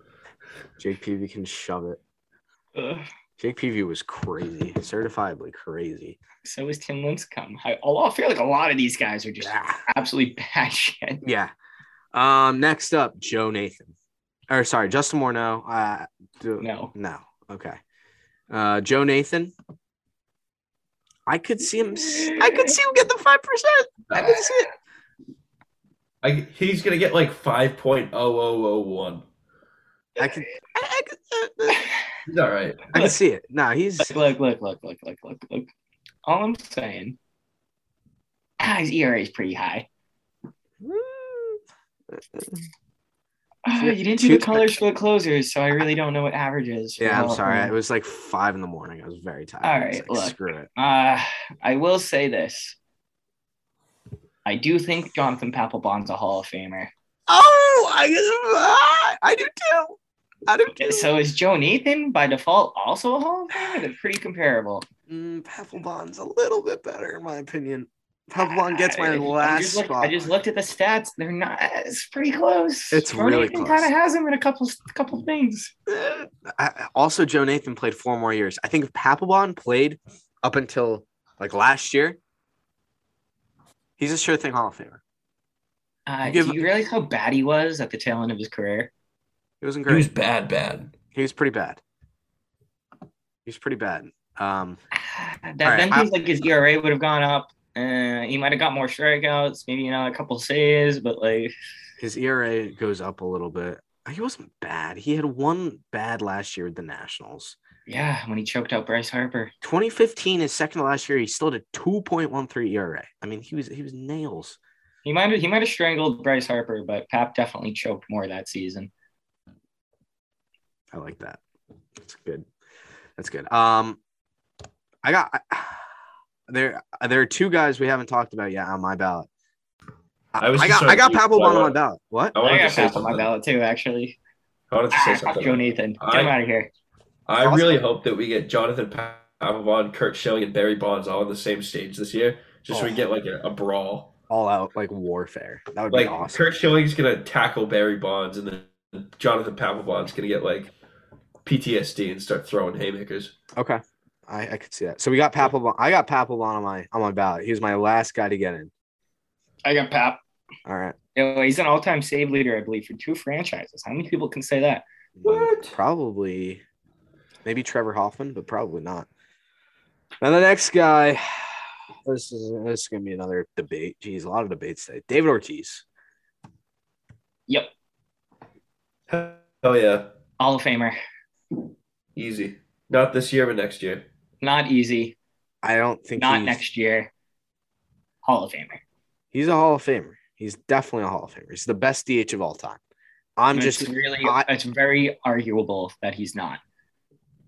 S3: Jake Peavy can shove it.
S5: Ugh.
S3: Jake Peavy was crazy, certifiably crazy.
S5: So is Tim Lincecum. I, oh, I feel like a lot of these guys are just
S3: Yeah.
S5: absolutely <laughs> bad shit.
S3: Yeah. Um, next up, Joe Nathan. Or sorry, Justin Morneau. Uh, do, no.
S5: No.
S3: Okay. Uh, Joe Nathan. I could see him. s- I could see him get the five percent. I could see it.
S4: I, he's gonna oh get like 5.0001.
S3: I could. I, I could.
S4: He's all right.
S3: I can see it. No, he's
S5: Look, look, look, look, look, look, look, look. All I'm saying, ah, his ERA is pretty high. Ah,
S3: Yeah,
S5: you didn't do the
S3: two-
S5: colors for the closers, so I really don't know what average is.
S3: yeah. I'm
S5: Well,
S3: sorry.
S5: um,
S3: It was like five in the morning. I was very tired.
S5: All
S3: I was
S5: right,
S3: like,
S5: look.
S3: screw it.
S5: Uh, I will say this. I do think Jonathan Papelbon's a Hall of Famer.
S3: Oh, I I do too. I do too.
S5: So is Joe Nathan by default also a Hall of Famer? They're pretty comparable.
S3: Mm, Papelbon's a little bit better in my opinion. Papelbon gets
S5: I-
S3: my
S5: I
S3: last
S5: just looked-
S3: spot.
S5: I just looked at the stats. They're not. It's pretty close.
S3: It's really close.
S5: Kind of has him in a couple couple things.
S3: Eh, I- also, Joe Nathan played four more years. I think if Papelbon played up until like last year, he's a sure thing Hall of Famer.
S5: Uh,
S3: You give-
S5: do you realize how bad he was at the tail end of his career?
S3: It wasn't
S4: He
S3: great.
S4: was bad, bad.
S3: He was pretty bad. He was pretty bad. Um,
S5: Ah, That
S3: All right,
S5: then
S3: I-
S5: seems like his ERA would have gone up. Uh, he might have got more strikeouts, maybe you know a couple saves, but like
S3: his ERA goes up a little bit. He wasn't bad. He had one bad last year with the Nationals.
S5: yeah, when he choked out Bryce Harper.
S3: 2015, his second to last year, he still had a 2.13 ERA. E I mean, he was he was nails.
S5: He might have he might have strangled Bryce Harper, but Pap definitely choked more that season.
S3: I like that. That's good. That's good. Um, I got I, <sighs> there. There are two guys we haven't talked about yet on my ballot. I,
S4: I was
S3: I
S4: just
S3: got I got
S4: trying to-
S3: Papelbon on
S4: Why
S3: my
S4: not?
S3: ballot. What?
S4: I
S5: I
S4: wanted to
S5: got
S4: say
S5: Pap on my
S4: something.
S5: ballot too, actually.
S4: I wanted to
S5: Ah, <laughs>
S4: say
S5: fuck Joe
S4: something.
S5: Nathan, get
S4: I-
S5: him out of here.
S4: I really hope that we get Jonathan Papelbon, Kurt Schilling, and Barry Bonds all on the same stage this year, just so we
S3: Oh.
S4: get like a, a brawl.
S3: All out like warfare. That would
S4: Like
S3: be awesome.
S4: Kurt Schilling's gonna tackle Barry Bonds, and then Jonathan Papelbon's gonna get like PTSD and start throwing haymakers.
S3: Okay. I, I could see that. So we got Papelbon. I got Papelbon on my on my ballot. He was my last guy to get in.
S5: I got Pap.
S3: All right.
S5: Yo, he's an all-time save leader, I believe, for two franchises. How many people can say that?
S4: What?
S3: Probably maybe Trevor Hoffman, but probably not. Now the next guy. <sighs> This is this is gonna be another debate. Geez, a lot of debates today. David Ortiz.
S5: Yep,
S4: Hell yeah,
S5: Hall of Famer.
S4: easy. Not this year, but next year.
S5: Not easy.
S3: I don't think
S5: Not
S3: he's,
S5: next year. Hall of Famer.
S3: He's a Hall of Famer. He's definitely a Hall of Famer. He's the best DH of all time. I'm
S5: It's
S3: just
S5: really.
S3: I-
S5: it's very arguable that he's not.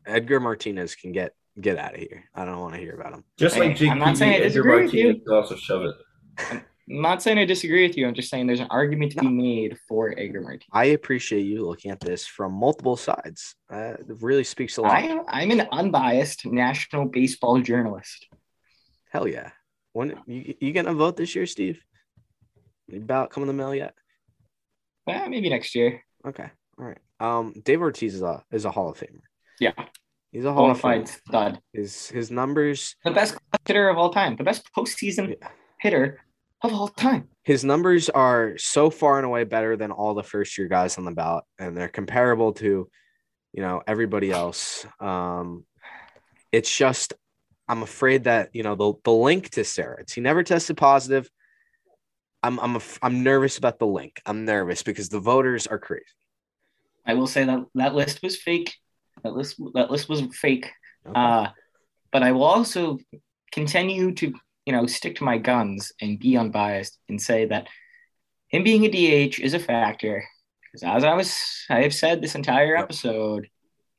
S3: Edgar Martinez can get get out of here. I don't want to hear about him.
S4: Just
S5: Hey,
S4: like Jake
S5: I'm not saying I
S4: Peavy, Edgar
S5: disagree with you.
S4: Martinez can also shove it.
S5: I'm not saying I disagree with you. I'm just saying there's an argument to be made for Edgar Martinez.
S3: I appreciate you looking at this from multiple sides. Uh, it really speaks a lot.
S5: I am, I'm an unbiased national baseball journalist.
S3: Hell yeah. When you you gonna vote this year, Steve? Your ballot come in the mail yet?
S5: Well, Eh, maybe next year.
S3: Okay. All right. Um, Dave Ortiz is a is a Hall of Famer.
S5: Yeah,
S3: He's a Hall
S5: qualified
S3: of Famer.
S5: stud,
S3: His his numbers
S5: the best hitter of all time, the best postseason hitter of all time.
S3: his numbers are so far and away better than all the first year guys on the ballot, and they're comparable to, you know, everybody else. Um, it's just I'm afraid that you know the the link to steroids. He never tested positive. I'm I'm af- I'm nervous about the link. I'm nervous because the voters are crazy.
S5: I will say that that list was fake. That list that list was fake.
S3: Okay.
S5: Uh, but I will also continue to you know stick to my guns and be unbiased and say that him being a DH is a factor because as I was I have said this entire
S3: Yep.
S5: episode,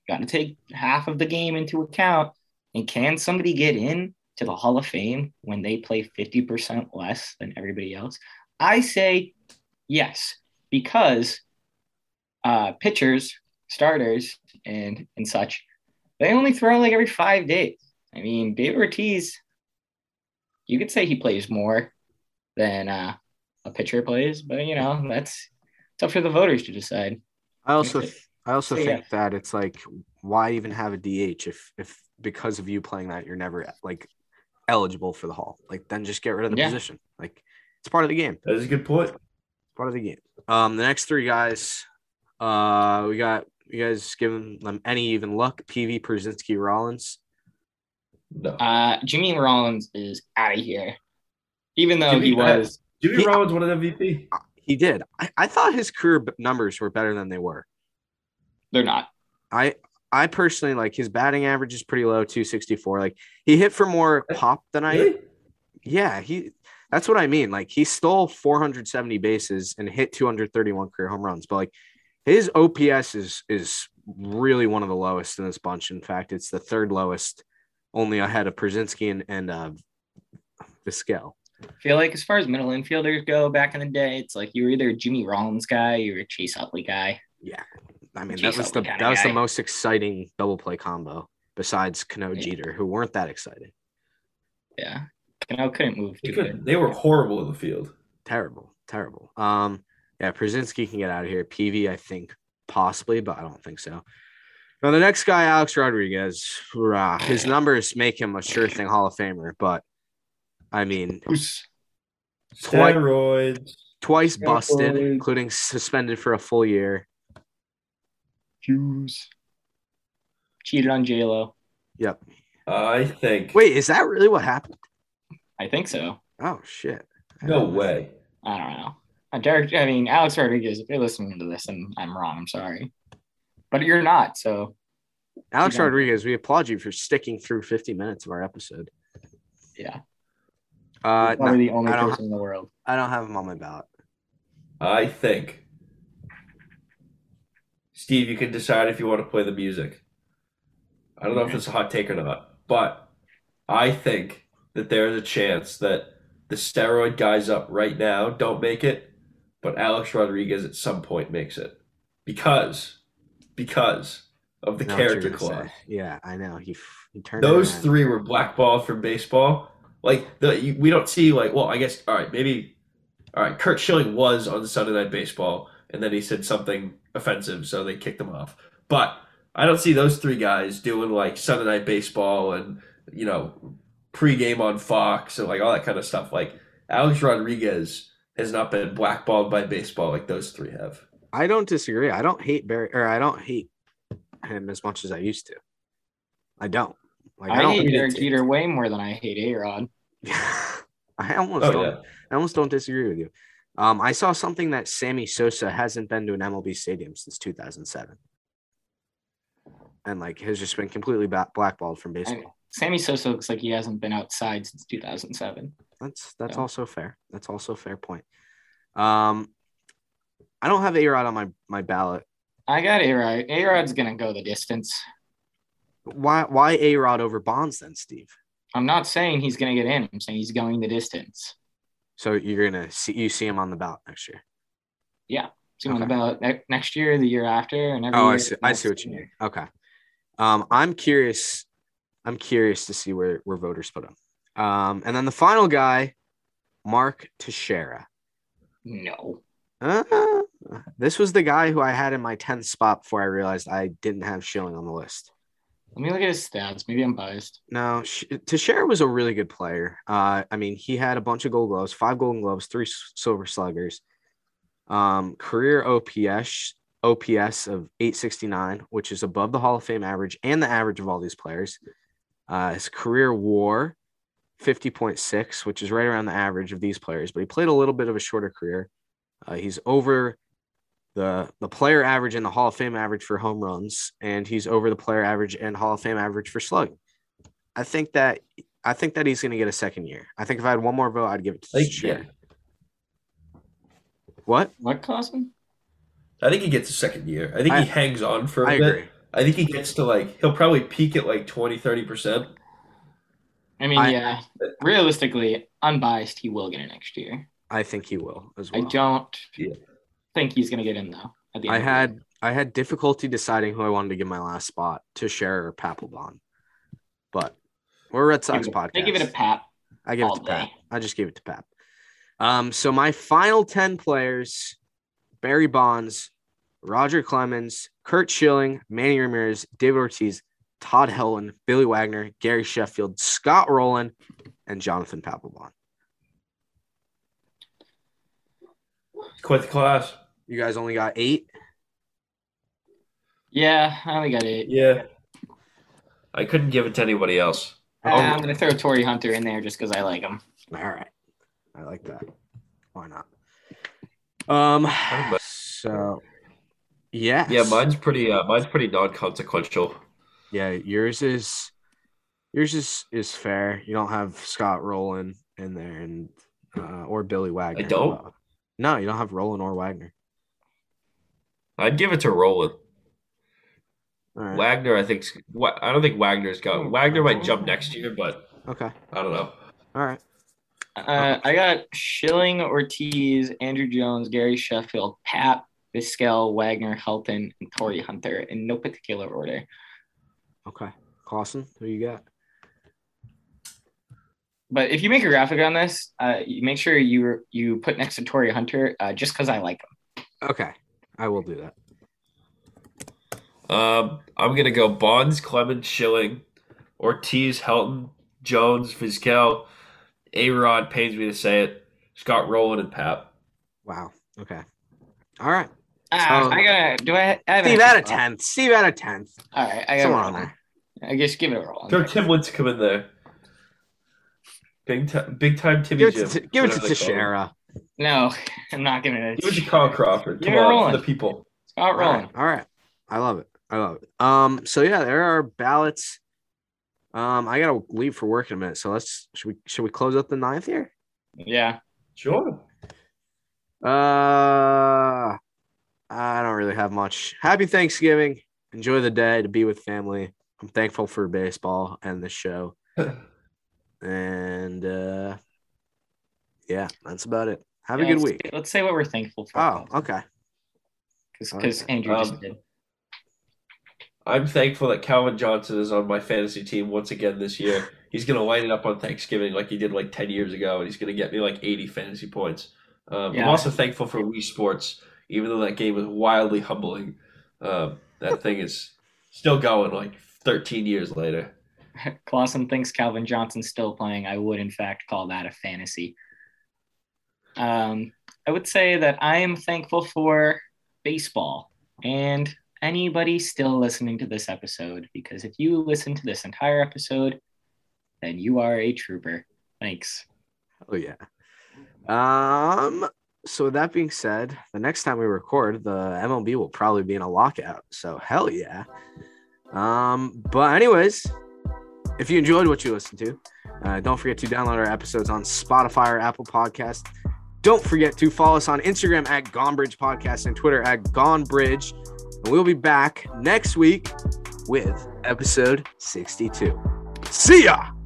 S5: got to take half of the game into account. And can somebody get in to the Hall of Fame when they play fifty percent less than everybody else? I say yes because uh, pitchers, starters, and and such, they only throw like every five days. I mean, David Ortiz, you could say he plays more than uh, a pitcher plays, but you know that's it's up for the voters to decide.
S3: I also th- I also
S5: So, yeah.
S3: think that it's like why even have a DH if if because of you playing that you're never like eligible for the hall. Like then just get rid of the
S5: Yeah.
S3: position. Like it's part of the game.
S4: That is a good point.
S3: It's part of the game. Um the next three guys uh we got you guys giving them any even luck PV Przinski Rollins.
S4: No,
S5: Uh, Jimmy Rollins is out of here, even though
S4: Jimmy
S5: he was.
S4: Jimmy
S3: he-
S4: Rollins won an MVP.
S3: He did. I, I thought his career b- numbers were better than they were.
S5: They're not.
S3: I I personally like his batting average is pretty low, 264. Like he hit for more
S5: Uh,
S3: pop than I
S4: Really?
S3: yeah, he that's what I mean. Like he stole 470 bases and hit 231 career home runs, but like his OPS is is really one of the lowest in this bunch. In fact, it's the third lowest, only ahead of Przinski and, and uh Vizquel.
S5: I feel like as far as middle infielders go back in the day, it's like you were either a Jimmy Rollins guy, you were a Chase Utley guy.
S3: Yeah. I mean,
S5: Jeez,
S3: that was
S5: that
S3: the
S5: kinda
S3: that was
S5: guy.
S3: the most exciting double play combo besides Cano
S5: Yeah.
S3: Jeter, who weren't that exciting.
S5: Yeah. Cano couldn't move
S4: They
S5: too
S4: couldn't-
S5: good.
S4: They were horrible in the field.
S3: Terrible, terrible. Um, yeah, Przinski can get out of here. PV, I think possibly, but I don't think so. Now the next guy, Alex Rodriguez, Hoorah. his numbers make him a sure thing Hall of Famer, but I mean,
S5: Who's-
S3: Twi-
S4: Steroids.
S3: twice
S5: Yeah,
S3: busted,
S5: boy.
S3: including suspended for a full year.
S5: Jews. Cheated on JLo.
S3: Yep.
S4: I think.
S3: Wait, is that really what happened?
S5: I think so.
S3: Oh shit.
S4: No way.
S5: I don't know. Uh, Derek, I mean, Alex Rodriguez, if you're listening to this and I'm wrong, I'm sorry. But you're not. So,
S3: Alex
S5: Yeah.
S3: Rodriguez, we applaud you for sticking through 50 minutes of our episode.
S5: yeah.
S3: Uh,
S5: You're
S3: no,
S5: probably the only
S3: I don't-
S5: person in the world.
S3: I don't have him on my ballot.
S4: I think. Steve, you can decide if you want to play the music. I don't know if
S5: Okay.
S4: it's a hot take or not, but I think that there's a chance that the steroid guys up right now don't make it, but Alex Rodriguez at some point makes it because because of the
S3: I know what you're
S4: character
S3: gonna
S4: clause.
S3: say. Yeah, I know. He, f- he turned it
S4: Those
S3: around.
S4: three were blackballed from baseball. Like the you, we don't see like well I guess all right maybe all right Kurt Schilling was on Sunday Night Baseball and then he said something offensive so they kicked him off. But I don't see those three guys doing like Sunday Night Baseball and you know pregame on Fox and like all that kind of stuff. Like Alex Rodriguez has not been blackballed by baseball like those three have.
S3: I don't disagree. I don't hate Barry, or I don't hate him as much as I used to. I don't. Like I,
S5: I, hate
S3: don't.
S5: Derek Jeter way more than I hate A Rod.
S3: <laughs> I almost
S4: Oh
S3: don't.
S4: yeah,
S3: I almost don't disagree with you. Um, I saw something that Sammy Sosa hasn't been to an MLB stadium since 2007, and like has just been completely ba- blackballed from baseball.
S5: Sammy Sosa looks like he hasn't been outside since 2007.
S3: That's that's
S5: Yeah.
S3: also fair. That's also a fair point. Um, I don't have A Rod on my my ballot.
S5: I got A Rod. A Rod's going to go the distance.
S3: Why why A Rod over Bonds then, Steve?
S5: I'm not saying he's going to get in. I'm saying he's going the distance.
S3: So you're gonna see you see him on the ballot next year.
S5: See him on the
S3: Okay.
S5: ballot ne- next year, the year after, and every
S3: Oh, I
S5: year
S3: see. I see what you mean. Okay. Um, I'm curious. I'm curious to see where where voters put him. Um, and then the final guy, Mark Teixeira.
S5: No.
S3: Uh, this was the guy who I had in my tenth spot before I realized I didn't have Schilling on the list.
S5: Let me look at his stats. Maybe I'm biased.
S3: No, Sh- Teixeira was a really good player. Uh, I mean, he had a bunch of Gold Gloves, five Golden Gloves, three s- Silver Sluggers, um, career OPS OPS of 869, which is above the Hall of Fame average and the average of all these players. Uh, his career WAR 50.6, which is right around the average of these players, but he played a little bit of a shorter career. Uh, he's over the the player average and the Hall of Fame average for home runs, and he's over the player average and Hall of Fame average for slugging. I think that I think that he's going to get a second year. I think if I had one more vote, I'd give it to
S4: Like,
S3: Teixeira. What?
S5: What caused him?
S4: I think he gets a second year. I think
S3: I-
S4: he hangs on for a
S3: I
S4: bit.
S3: agree.
S4: I think he gets to like he'll probably peak at like 20 30 percent.
S5: I mean,
S3: I-
S5: yeah. Realistically, unbiased, he will get in next year.
S3: I think he will as well.
S5: I don't
S4: Yeah.
S5: think he's going to get in, though. At the
S3: I
S5: of the
S3: had I had difficulty deciding who I wanted to give my last spot to share or Papelbon, but we're a Red
S5: year.
S3: Sox podcast.
S5: They give it a pat.
S3: I give it
S5: all
S3: to Pap.
S5: day.
S3: I just gave it to Pap. Um, so my final ten players: Barry Bonds, Roger Clemens, Kurt Schilling, Manny Ramirez, David Ortiz, Todd Helen, Billy Wagner, Gary Sheffield, Scott Rowland, and Jonathan Papelbon.
S4: Quite the class.
S3: You guys only got eight.
S5: Yeah, I only got it.
S4: Yeah. I couldn't give it to anybody else.
S5: Uh, I'm going to throw Tory Hunter in there just because I like him.
S3: All right. I like that. Why not? Um
S4: How about-
S3: so Yes.
S4: Yeah, mine's pretty. Uh, mine's pretty non-consequential.
S3: Yeah, yours is yours is is fair. You don't have Scott Rowland in there and uh, or Billy Wagner.
S4: don't?
S3: No, you don't have Rowland or Wagner.
S4: I'd give it to Roland.
S3: All right.
S4: Wagner, I think. Wa- I don't think Wagner's got. Wagner might jump next year, but
S3: okay.
S4: I don't know.
S3: All right.
S5: Uh,
S3: Oh.
S5: I got Schilling, Ortiz, Andrew Jones, Gary Sheffield, Pap, Biscal, Wagner, Helton, and Torrey Hunter in no particular order.
S3: Okay. Clausen, who you got?
S5: But if you make a graphic on this, uh, you make sure you you put next to Torrey Hunter uh, just because I like him.
S3: Okay. I will do that.
S4: Um, I'm gonna go Bonds, Clemens, Schilling, Ortiz, Helton, Jones, Vizquel, Arod. Pains me to say it. Scott Rowland and Pap.
S3: Wow. Okay. All right.
S5: Ah,
S3: So-
S5: I gotta do I, I have
S3: Oh. Steve
S5: an
S3: out of
S5: extra-
S3: tenth. Steve out of tenth.
S5: All right, I
S3: Someone
S5: got
S3: on
S5: on
S3: there.
S5: I guess give it a roll.
S4: Throw Tim Woods come in there. Big time, big time Timmy
S3: Give it
S4: Jim.
S3: to, give it to
S4: whatever they call him.
S3: Teixeira.
S5: No, <laughs> I'm not gonna.
S4: Give it to Kyle Crawford.
S5: Give
S4: Come
S5: it
S4: on,
S5: Rowland.
S4: for the people.
S5: Scott
S3: All right.
S5: Rowland.
S3: All right. I love it. I love it. Um, so yeah, there are ballots. Um, I gotta leave for work in a minute. So let's should we should we close up the ninth here?
S5: Yeah.
S4: Sure.
S3: Uh I don't really have much. Happy Thanksgiving. Enjoy the day to be with family. I'm thankful for baseball and the show. And uh yeah, that's about it. Have
S5: Yeah,
S3: a good
S5: let's-
S3: week.
S5: Let's say what we're thankful for.
S3: Oh, okay.
S5: because Andrew
S4: Um,
S5: just did. <laughs>
S4: I'm thankful that Calvin Johnson is on my fantasy team once again this year. He's going to line it up on Thanksgiving like he did like 10 years ago, and he's going to get me like 80 fantasy points. Um,
S5: Yeah.
S4: I'm also thankful for Wii Sports, even though that game was wildly humbling. Um, that thing is still going like 13 years later.
S5: Clausen thinks Calvin Johnson's still playing. I would, in fact, call that a fantasy. Um, I would say that I am thankful for baseball and anybody still listening to this episode, because if you listen to this entire episode, then you are a trooper. Thanks.
S3: Oh yeah. Um. So with that being said, the next time we record, the MLB will probably be in a lockout. So hell yeah. Um. But anyways, if you enjoyed what you listened to, uh, don't forget to download our episodes on Spotify or Apple Podcast. Don't forget to follow us on Instagram at Gonebridge Podcast and Twitter at Gonebridge. And we'll be back next week with episode 62. See ya!